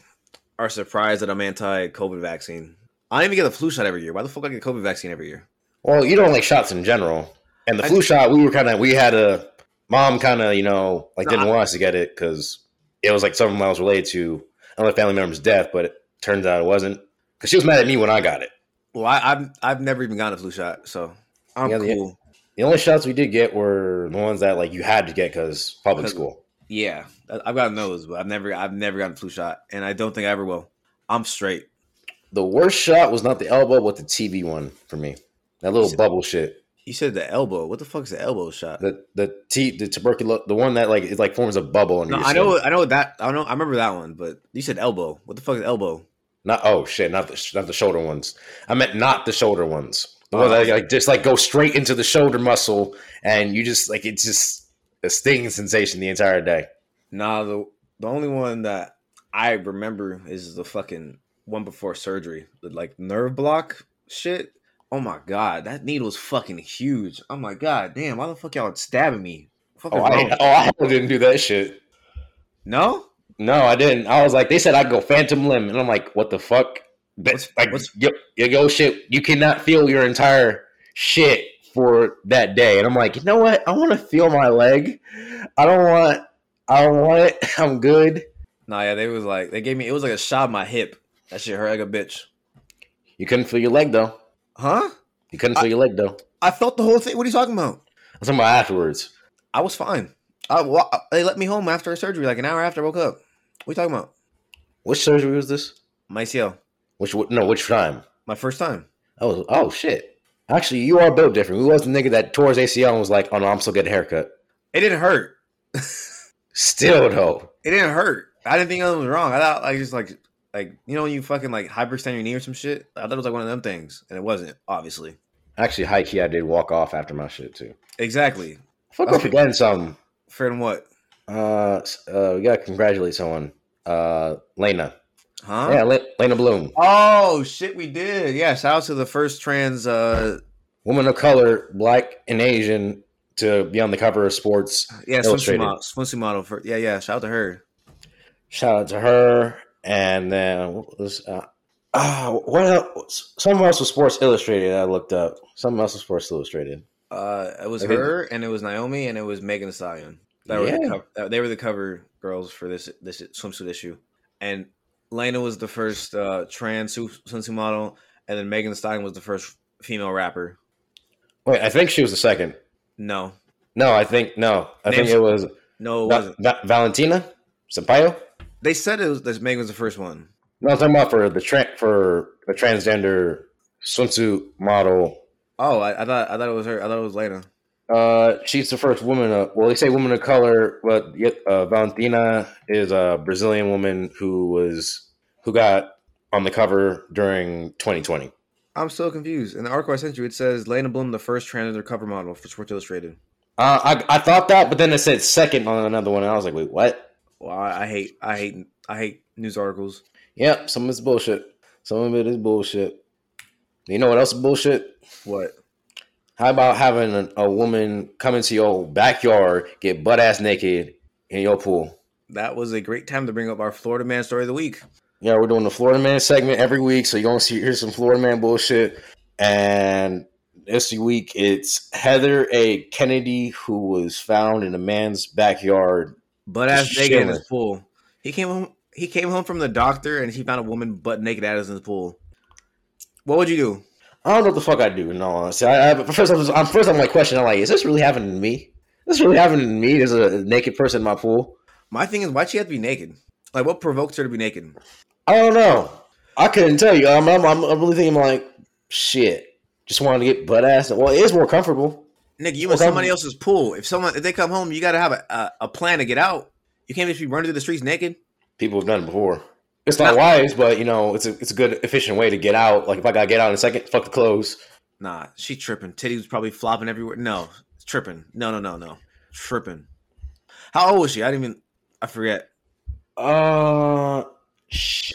[SPEAKER 1] are surprised that I'm anti COVID vaccine. I even get the flu shot every year. Why the fuck I get COVID vaccine every year?
[SPEAKER 2] Well, you don't like shots in general, and the
[SPEAKER 1] I
[SPEAKER 2] flu
[SPEAKER 1] do.
[SPEAKER 2] shot we were kind of we had a mom kind of you know like
[SPEAKER 1] No,
[SPEAKER 2] didn't
[SPEAKER 1] I-
[SPEAKER 2] want us to get it because it was like something I was related to another family member's death, but it turns out it wasn't because she was mad at me when I got it.
[SPEAKER 1] Well, I, I've I've never even gotten a flu shot, so I'm
[SPEAKER 2] Yeah, the-
[SPEAKER 1] cool.
[SPEAKER 2] The only shots we did get were the ones that like you had to get because public
[SPEAKER 1] 'Cause-
[SPEAKER 2] school.
[SPEAKER 1] Yeah, I- I've gotten those, but I've never I've never gotten a flu shot, and I don't think I ever will. I'm straight.
[SPEAKER 2] The worst shot was not the elbow, but the TV one for me. That little
[SPEAKER 1] So-
[SPEAKER 2] bubble shit.
[SPEAKER 1] You said the elbow. What the fuck is the elbow shot?
[SPEAKER 2] The the T the tuberculosis, the one that like it like forms a bubble under
[SPEAKER 1] No,
[SPEAKER 2] your
[SPEAKER 1] I
[SPEAKER 2] skin.
[SPEAKER 1] know, I know that. I know, I remember that one. But you said elbow. What the fuck is elbow?
[SPEAKER 2] Not oh shit, not the not the shoulder ones. I meant not the shoulder ones. The
[SPEAKER 1] Oh.
[SPEAKER 2] ones that like just like go straight into the shoulder muscle, and you just like it's just a stinging sensation the entire day.
[SPEAKER 1] Nah, the the only one that I remember is the fucking one before surgery, the like nerve block shit. Oh my god, that needle's fucking huge. Oh my god, damn, why the fuck y'all stabbing me? Fuck is
[SPEAKER 2] Oh, I,
[SPEAKER 1] wrong?
[SPEAKER 2] oh, I didn't do that shit.
[SPEAKER 1] no,
[SPEAKER 2] No, I didn't. I was like, they said I go phantom limb, and I'm like, what the fuck? That's
[SPEAKER 1] What's-
[SPEAKER 2] like
[SPEAKER 1] what's-
[SPEAKER 2] yo, yo, yo, shit. You cannot feel your entire shit for that day, and I'm like, you know what? I want to feel my leg. I don't want. I don't want it. I'm good.
[SPEAKER 1] nah, yeah, they was like they gave me it was like a shot in my hip. That shit hurt like a bitch,
[SPEAKER 2] You couldn't feel your leg though.
[SPEAKER 1] huh?
[SPEAKER 2] You couldn't feel your leg though.
[SPEAKER 1] I felt the whole thing. What are you talking about?
[SPEAKER 2] I'm talking about afterwards.
[SPEAKER 1] I was fine. I, wa- they let me home after surgery, like an hour after I woke up. What are you talking about?
[SPEAKER 2] Which surgery was this?
[SPEAKER 1] My ACL,
[SPEAKER 2] Which one- no? Which time?
[SPEAKER 1] my first time.
[SPEAKER 2] Oh, oh shit. Actually, you are built different. Who was the nigga that tore his ACL and was like, "Oh no, I'm still getting a haircut."
[SPEAKER 1] It didn't hurt.
[SPEAKER 2] Still though.
[SPEAKER 1] It didn't hurt. I didn't think anything was wrong. I thought like just like like you know when you fucking like hyperextend your knee or some shit. I thought it was like one of them things, and it wasn't obviously.
[SPEAKER 2] Actually, high key, I did walk off after my shit too.
[SPEAKER 1] Exactly.
[SPEAKER 2] Fuck off again. Some.
[SPEAKER 1] Fair and what?
[SPEAKER 2] Uh, s- uh, we gotta congratulate someone. Uh, Lena.
[SPEAKER 1] Huh?
[SPEAKER 2] Yeah, Le- Lena Bloom,
[SPEAKER 1] Oh shit, we did. Yeah. Shout out to the first trans. uh
[SPEAKER 2] woman of color, black and Asian, to be on the cover of Sports.
[SPEAKER 1] Yeah, swimsuit
[SPEAKER 2] Illustrated.
[SPEAKER 1] model. Swimsuit model. For, yeah, yeah. Shout out to her.
[SPEAKER 2] Shout out to her. And then what was uh, uh what else? Someone else was Sports Illustrated. I looked up. Someone else was Sports Illustrated.
[SPEAKER 1] Uh, it was
[SPEAKER 2] I did.
[SPEAKER 1] her, and it was Naomi, and it was Megan Thee Stallion. That were the
[SPEAKER 2] Yeah.
[SPEAKER 1] cover, that- they were the cover girls for this this swimsuit issue, and Lena was the first uh, trans su- swimsuit model, and then Megan Thee Stallion was the first female rapper.
[SPEAKER 2] Wait, I think she was the second.
[SPEAKER 1] No,
[SPEAKER 2] No, I think no. I
[SPEAKER 1] Name-
[SPEAKER 2] think it was
[SPEAKER 1] no, it
[SPEAKER 2] Va-
[SPEAKER 1] wasn't.
[SPEAKER 2] Va- Valentina Sampaio.
[SPEAKER 1] They said it was that Megan was the first one.
[SPEAKER 2] No, I'm talking about for the tra- for the transgender swimsuit model.
[SPEAKER 1] Oh, I, I thought I thought it was her. I thought it was Lena.
[SPEAKER 2] Uh, she's the first woman. Of, well, they say woman of color, but yet, uh, Valentina is a Brazilian woman who was who got on the cover during 2020.
[SPEAKER 1] I'm so confused. In the article I sent you, it says Lena Bloom, the first transgender cover model for Sports Illustrated.
[SPEAKER 2] Uh, I I thought that, but then it said second on another one, and I was like, wait, what?
[SPEAKER 1] Well, I, I hate, I hate, I hate news articles.
[SPEAKER 2] Yep, some of it's bullshit. Some of it is bullshit. You know what else is bullshit?
[SPEAKER 1] What?
[SPEAKER 2] How about having a, a woman come into your backyard, get butt ass naked in your pool?
[SPEAKER 1] That was a great time to bring up our Florida man story of the week.
[SPEAKER 2] Yeah, we're doing the Florida Man segment every week, so you're gonna see here's some Florida Man bullshit. And this week it's Heather A. Kennedy, who was found in a man's backyard.
[SPEAKER 1] butt
[SPEAKER 2] Just
[SPEAKER 1] ass naked in
[SPEAKER 2] chilling.
[SPEAKER 1] his pool. He came home. He came home from the doctor and he found a woman butt naked at us in the pool. What would you do?
[SPEAKER 2] I don't know what the fuck I do. In all honesty, I, I, first I was, I'm first I'm like questioning, I'm like, is this really happening to me? This really happening to me? There's a naked person in my pool.
[SPEAKER 1] My thing is, why'd she have to be naked? Like, what provoked her to be naked?
[SPEAKER 2] I don't know. I couldn't tell you. I'm I'm, I'm, I'm really thinking like, shit. Just wanted to get butt ass. Well, it is more comfortable.
[SPEAKER 1] Nick, you
[SPEAKER 2] Well,
[SPEAKER 1] in somebody
[SPEAKER 2] that-
[SPEAKER 1] else's pool. If someone, if they come home, you got to have a, a, a plan to get out. You can't just be running through the streets naked.
[SPEAKER 2] people have done it before. It's not wise, but you know, it's a it's a good efficient way to get out. Like if I gotta get out in a second, fuck the clothes.
[SPEAKER 1] Nah, she tripping. Titty was probably flopping everywhere. No, tripping. No, no, no, no, tripping. How old was she? I didn't even. I forget.
[SPEAKER 2] Uh, sh-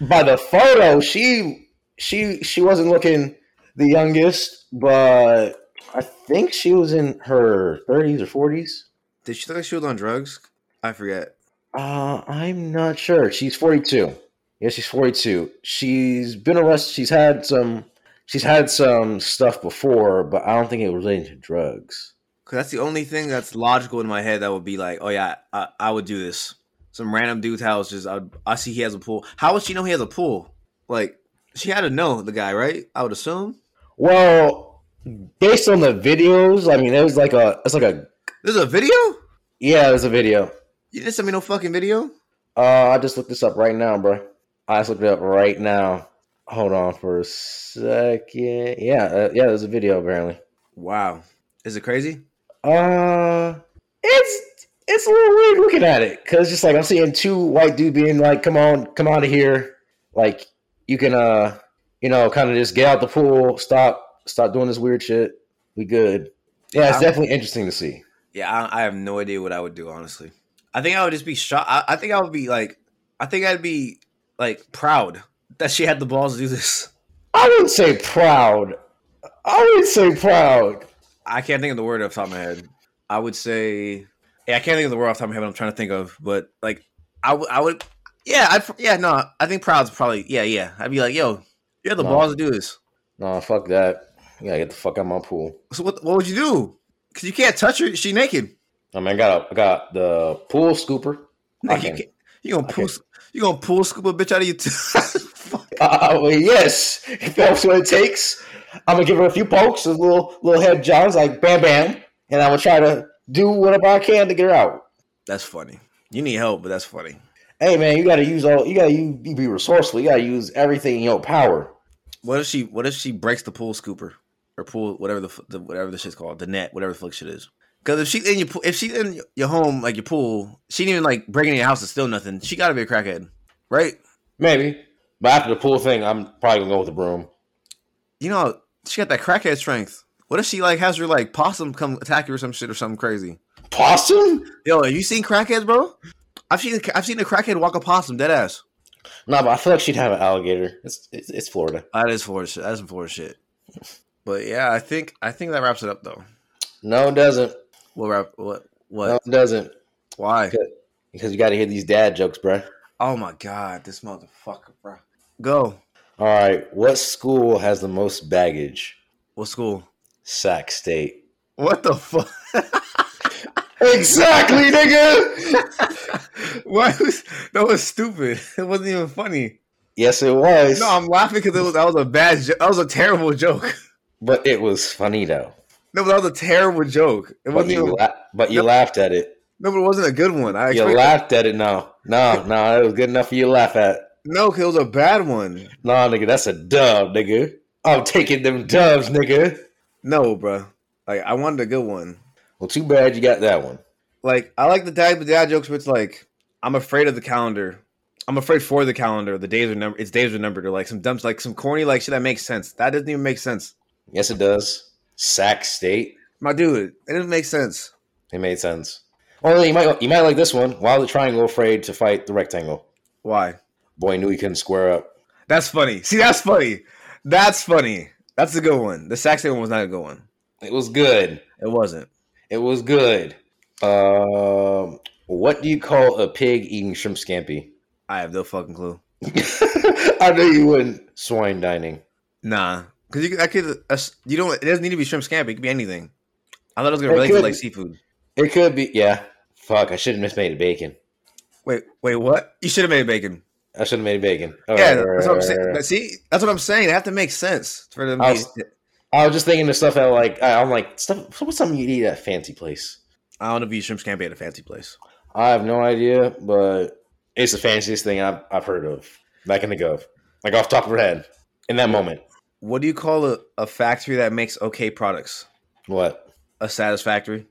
[SPEAKER 2] by the photo, she she she wasn't looking the youngest, but I think she was in her thirties or forties.
[SPEAKER 1] Did she look like she was on drugs? I forget.
[SPEAKER 2] Uh, I'm not sure. She's forty two. Yeah, she's 42. She's been arrested. She's had some. She's had some stuff before, but I don't think it was related to drugs.
[SPEAKER 1] Cause that's the only thing that's logical in my head that would be like, oh yeah, I, I would do this. Some random dude's house, just I, I see he has a pool. How would she know he has a pool? Like she had to know the guy, right? I would assume.
[SPEAKER 2] Well, based on the videos, I mean, it was like a. It's like a.
[SPEAKER 1] There's a video.
[SPEAKER 2] Yeah, there's a video.
[SPEAKER 1] You didn't send me no fucking video.
[SPEAKER 2] Uh, I just looked this up right now, bro. I just looked it up right now. Hold on for a second. Yeah, uh, yeah, there's a video apparently.
[SPEAKER 1] Wow, is it crazy?
[SPEAKER 2] Uh, it's it's a little weird looking at it because just like I'm seeing two white dude being like, "Come on, come out of here!" Like you can uh, you know, kind of just get out the pool, stop, stop doing this weird shit. We good. Yeah, it's
[SPEAKER 1] I'm-
[SPEAKER 2] definitely interesting to see.
[SPEAKER 1] Yeah, I, I have no idea what I would do. Honestly, I think I would just be shocked. I, I think I would be like, I think I'd be like proud that she had the balls to do this.
[SPEAKER 2] I wouldn't say proud. I wouldn't say proud.
[SPEAKER 1] I can't think of the word off the top of my head. I would say, yeah, I can't think of the word off the top of my head. What I'm trying to think of, but like, I would, I would, yeah, I'd, yeah, no, I think proud's probably, yeah, yeah. I'd be like, yo, you had the
[SPEAKER 2] No.
[SPEAKER 1] balls to do this.
[SPEAKER 2] Nah, fuck that. You gotta get the fuck out of my pool.
[SPEAKER 1] So what, what would you do? Because you can't touch her. She naked.
[SPEAKER 2] I mean, I got a, I got the pool scooper. I
[SPEAKER 1] Like, you
[SPEAKER 2] can-
[SPEAKER 1] can't, you gonna
[SPEAKER 2] I
[SPEAKER 1] pull,
[SPEAKER 2] can.
[SPEAKER 1] you gonna pull scoop a bitch out of your. T- Fuck.
[SPEAKER 2] Uh, well, yes, if that's what it takes, I'm gonna give her a few pokes, a little little head jobs, like bam, bam, and I'm gonna try to do whatever I can to get her out.
[SPEAKER 1] that's funny. You need help, but that's funny.
[SPEAKER 2] Hey, man, you gotta use all, you gotta you, you be resourceful, you gotta use everything in your power.
[SPEAKER 1] What if she? What if she breaks the pool scooper or pool whatever the, f- the whatever the shit's called the net whatever the fuck shit is? Because if she's in your pool- if she's in your home like your pool, she didn't even like breaking your house is still nothing. She got to be a crackhead, right?
[SPEAKER 2] Maybe, but after the pool thing, I'm probably gonna go with the broom.
[SPEAKER 1] You know she got that crackhead strength. What if she like has her like possum come attack you or some shit or something crazy?
[SPEAKER 2] Possum?
[SPEAKER 1] Yo, have you seen crackheads, bro? I've seen I've seen a crackhead walk a possum dead ass.
[SPEAKER 2] Nah, but I feel like she'd have an alligator. It's it's, it's Florida.
[SPEAKER 1] That is Florida shit. That's some Florida shit. But yeah, I think I think that wraps it up though.
[SPEAKER 2] No, it doesn't.
[SPEAKER 1] What wrap what what
[SPEAKER 2] No, it doesn't.
[SPEAKER 1] why?
[SPEAKER 2] Because you gotta hear these dad jokes, bruh.
[SPEAKER 1] Oh my god, this motherfucker, bro. Go.
[SPEAKER 2] All right, what school has the most baggage?
[SPEAKER 1] What school?
[SPEAKER 2] Sac State.
[SPEAKER 1] What the fuck?
[SPEAKER 2] Exactly, nigga.
[SPEAKER 1] Why was that was stupid? It wasn't even funny.
[SPEAKER 2] Yes, it was.
[SPEAKER 1] No, I'm laughing because it was that was a bad. Jo- that was a terrible joke.
[SPEAKER 2] but it was funny though.
[SPEAKER 1] No, but that was a terrible joke. It
[SPEAKER 2] But
[SPEAKER 1] wasn't
[SPEAKER 2] you,
[SPEAKER 1] even.
[SPEAKER 2] la- but you
[SPEAKER 1] Yep.
[SPEAKER 2] laughed at it.
[SPEAKER 1] No, but it wasn't a good one. I
[SPEAKER 2] You
[SPEAKER 1] expected,
[SPEAKER 2] laughed at it. No, no, no. That was good enough for you to laugh at.
[SPEAKER 1] no, 'cause it was a bad one.
[SPEAKER 2] No, nigga, that's a dub, nigga. I'm taking them dubs, nigga.
[SPEAKER 1] No, bro. Like I wanted a good one.
[SPEAKER 2] Well, too bad you got that one.
[SPEAKER 1] Like I like the dad, dad jokes where it's like I'm afraid of the calendar. I'm afraid for the calendar. The days are numbered. Its days are numbered. Or like some dumb, like some corny, like shit that makes sense. That doesn't even make sense.
[SPEAKER 2] Yes, it does. Sac State.
[SPEAKER 1] My dude, it didn't make sense.
[SPEAKER 2] It made sense. Well, you might you might like this one. Why was the triangle afraid to fight the rectangle?
[SPEAKER 1] Why?
[SPEAKER 2] Boy knew he couldn't square up.
[SPEAKER 1] That's funny. See, that's funny. That's funny. That's a good one. The Saxon one was not a good one.
[SPEAKER 2] It was good.
[SPEAKER 1] It wasn't.
[SPEAKER 2] It was good. Um, what do you call a pig eating shrimp scampi?
[SPEAKER 1] I have no fucking clue.
[SPEAKER 2] I know you wouldn't. Swine dining.
[SPEAKER 1] Nah, because you could- I could uh, you don't. It doesn't need to be shrimp scampi. It could be anything. I thought it was gonna
[SPEAKER 2] It
[SPEAKER 1] relate to
[SPEAKER 2] could.
[SPEAKER 1] like seafood.
[SPEAKER 2] It could be. Yeah. Fuck. I should have made it bacon.
[SPEAKER 1] Wait, wait, what? You should have made bacon.
[SPEAKER 2] I should have made it bacon. All
[SPEAKER 1] yeah,
[SPEAKER 2] right, all
[SPEAKER 1] that's
[SPEAKER 2] right,
[SPEAKER 1] what I'm
[SPEAKER 2] all
[SPEAKER 1] saying.
[SPEAKER 2] right, all
[SPEAKER 1] But
[SPEAKER 2] right.
[SPEAKER 1] see, that's what I'm saying. They have to make sense for them. to
[SPEAKER 2] Uh. I
[SPEAKER 1] be-
[SPEAKER 2] I was just thinking of stuff that like I, I'm like stuff. What's something you eat at a fancy place?
[SPEAKER 1] I don't know if you eat shrimp scampi at a fancy place.
[SPEAKER 2] I have no idea, but it's the fanciest thing I've, I've heard of back in the gov. Like off the top of her head in that moment.
[SPEAKER 1] What do you call a, a factory that makes okay products?
[SPEAKER 2] What?
[SPEAKER 1] A satisfactory.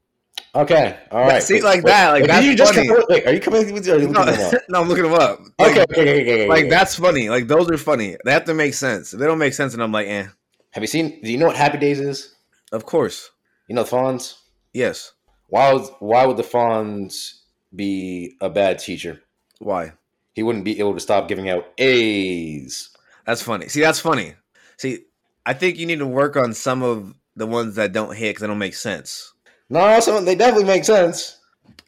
[SPEAKER 2] Okay. All right.
[SPEAKER 1] see, like that, like,
[SPEAKER 2] Wait,
[SPEAKER 1] that's
[SPEAKER 2] you just
[SPEAKER 1] funny.
[SPEAKER 2] come up- wait, are you coming with? Are you
[SPEAKER 1] No,
[SPEAKER 2] looking them up?
[SPEAKER 1] no, I'm looking them up. Like,
[SPEAKER 2] Okay, okay, okay, okay, okay,
[SPEAKER 1] like
[SPEAKER 2] okay.
[SPEAKER 1] that's funny. Like those are funny. They have to make sense. If they don't make sense, and I'm like, eh.
[SPEAKER 2] Have you seen? Do you know what Happy Days is?
[SPEAKER 1] Of course,
[SPEAKER 2] You know the Fonz.
[SPEAKER 1] yes.
[SPEAKER 2] Why? Would, why would the Fonz be a bad teacher?
[SPEAKER 1] Why?
[SPEAKER 2] He wouldn't be able to stop giving out A's.
[SPEAKER 1] That's funny. See, that's funny. See, I think you need to work on some of the ones that don't hit because they don't make sense.
[SPEAKER 2] No, so they definitely make sense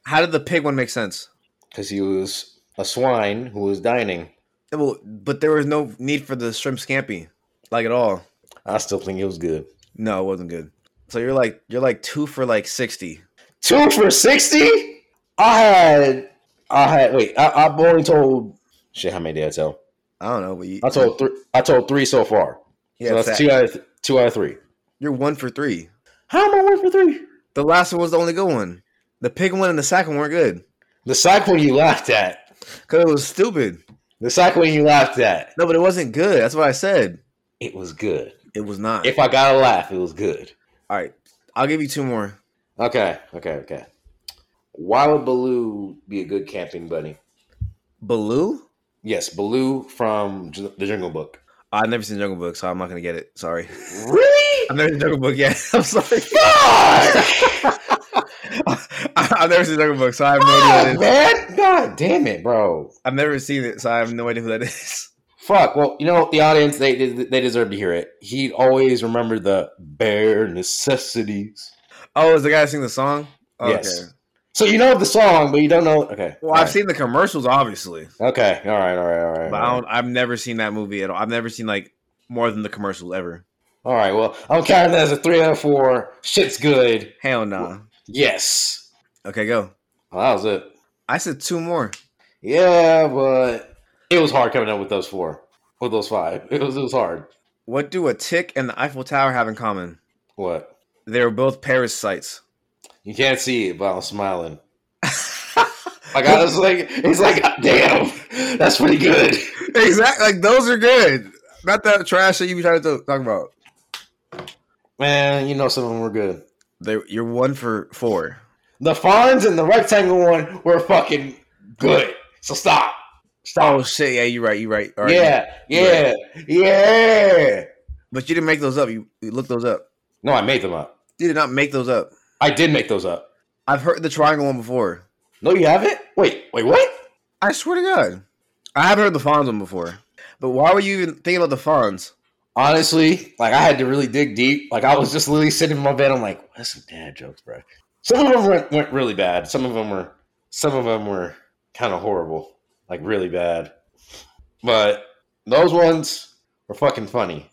[SPEAKER 1] How did the pig one make sense?
[SPEAKER 2] because he was a swine who was dining.
[SPEAKER 1] Well, but there was no need for the shrimp scampi, like at all.
[SPEAKER 2] I still think it was good.
[SPEAKER 1] No, it wasn't good. So you're like you're like two for like sixty.
[SPEAKER 2] Two for sixty. I had. I had. Wait. I, I've only told. Shit. How many did I tell?
[SPEAKER 1] I don't know, but you,
[SPEAKER 2] I told three. I told three so far.
[SPEAKER 1] yeah,
[SPEAKER 2] so that's
[SPEAKER 1] fat.
[SPEAKER 2] two out of th- two out of three.
[SPEAKER 1] You're one for three.
[SPEAKER 2] How am I one for three?
[SPEAKER 1] The last one was the only good one. The pig one and the second one weren't good
[SPEAKER 2] The cycle you laughed at.
[SPEAKER 1] because it was stupid.
[SPEAKER 2] The cycle you laughed at.
[SPEAKER 1] No, but it wasn't good. That's what I said.
[SPEAKER 2] It was good.
[SPEAKER 1] It was not.
[SPEAKER 2] If I got a laugh, it was good.
[SPEAKER 1] all right, I'll give you two more.
[SPEAKER 2] Okay. Okay. Okay. Why would Baloo be a good camping buddy?
[SPEAKER 1] Baloo.
[SPEAKER 2] Yes, Baloo from J- the Jungle Book.
[SPEAKER 1] I've never seen Jungle Book, so I'm not gonna get it. Sorry,
[SPEAKER 2] Really?
[SPEAKER 1] I've never seen Jungle Book yet. I'm sorry.
[SPEAKER 2] Fuck!
[SPEAKER 1] I've never seen Jungle Book, so I have no idea.
[SPEAKER 2] Fuck,
[SPEAKER 1] What it is.
[SPEAKER 2] man. God damn it, bro.
[SPEAKER 1] I've never seen it, so I have no idea who that is.
[SPEAKER 2] Fuck. Well, you know the audience they they they deserve to hear it. He always remember the bare necessities.
[SPEAKER 1] Oh, is the guy that sing the song? Oh,
[SPEAKER 2] Yes. So you know the song, but you don't know. Okay.
[SPEAKER 1] Well,
[SPEAKER 2] all
[SPEAKER 1] I've
[SPEAKER 2] right.
[SPEAKER 1] seen the commercials, obviously,
[SPEAKER 2] Okay. All right. All right. All right.
[SPEAKER 1] but I
[SPEAKER 2] All
[SPEAKER 1] don't,
[SPEAKER 2] right.
[SPEAKER 1] I've never seen that movie at all. I've never seen like more than the commercials ever.
[SPEAKER 2] All right, Well, I'm counting that as a three out of four. Shit's good.
[SPEAKER 1] Hell nah.
[SPEAKER 2] Yes.
[SPEAKER 1] Okay, go.
[SPEAKER 2] Well, that was it.
[SPEAKER 1] I said two more.
[SPEAKER 2] Yeah, but it was hard coming up with those four, with those five. It was it was hard.
[SPEAKER 1] What do a tick and the Eiffel Tower have in common?
[SPEAKER 2] What?
[SPEAKER 1] They're both parasites.
[SPEAKER 2] You can't see it, but I'm smiling. Like I was like, it's like, damn, that's pretty good.
[SPEAKER 1] exactly. Like those are good. Not that trash that you be trying to talk about.
[SPEAKER 2] Man, you know some of them were good.
[SPEAKER 1] They, you're one for four.
[SPEAKER 2] The fawns and the rectangle one were fucking good. So stop.
[SPEAKER 1] Oh
[SPEAKER 2] Stop.
[SPEAKER 1] shit! Yeah, you're right. You're right. All right.
[SPEAKER 2] yeah, yeah, yeah.
[SPEAKER 1] but you didn't make those up. You, you looked those up.
[SPEAKER 2] No, I made them up.
[SPEAKER 1] You did not make those up.
[SPEAKER 2] I did make those up.
[SPEAKER 1] I've heard the triangle one before.
[SPEAKER 2] No, you haven't? Wait, wait, what?
[SPEAKER 1] I swear to God, I haven't heard the Fonz one before. But why were you even thinking about the Fonz?
[SPEAKER 2] Honestly, like I had to really dig deep. Like I was just literally sitting in my bed. I'm like, that's some dad jokes, bro. Some of them went, went really bad. Some of them were, some of them were kind of horrible, like really bad. But those ones were fucking funny.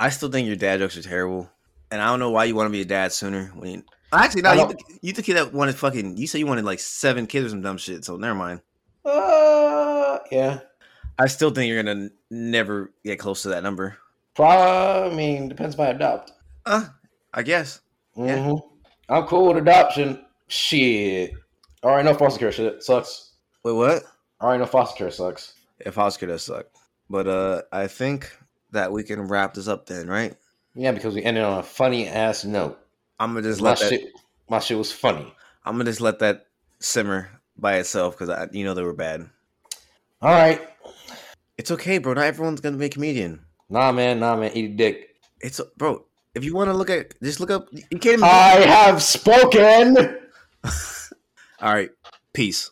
[SPEAKER 1] I still think your dad jokes are terrible, and I don't know why you want to be a dad sooner. When you, actually, no,
[SPEAKER 2] I
[SPEAKER 1] you
[SPEAKER 2] don't-
[SPEAKER 1] the- you the kid that wanted fucking. You said you wanted like seven kids or some dumb shit. So never mind.
[SPEAKER 2] Uh, yeah.
[SPEAKER 1] I still think you're gonna never get close to that number.
[SPEAKER 2] Probably, I mean, depends by adopt.
[SPEAKER 1] Uh, I guess. Yeah.
[SPEAKER 2] hmm I'm cool with adoption. Shit. All right, no foster care shit sucks.
[SPEAKER 1] Wait, what?
[SPEAKER 2] All right, no foster care sucks.
[SPEAKER 1] If Oscar does suck, but uh, I think that we can wrap this up then, right?
[SPEAKER 2] Yeah, because we ended on a funny ass note.
[SPEAKER 1] I'm gonna just
[SPEAKER 2] My
[SPEAKER 1] let that.
[SPEAKER 2] shit, my shit was funny.
[SPEAKER 1] I'm gonna just let that simmer by itself because you know they were bad.
[SPEAKER 2] All right.
[SPEAKER 1] It's okay, bro. Not everyone's gonna be a comedian.
[SPEAKER 2] Nah, man. Nah, man. Eat a dick.
[SPEAKER 1] It's bro. If you want to look at, just look up. You can't. Even,
[SPEAKER 2] I have spoken.
[SPEAKER 1] all right. Peace.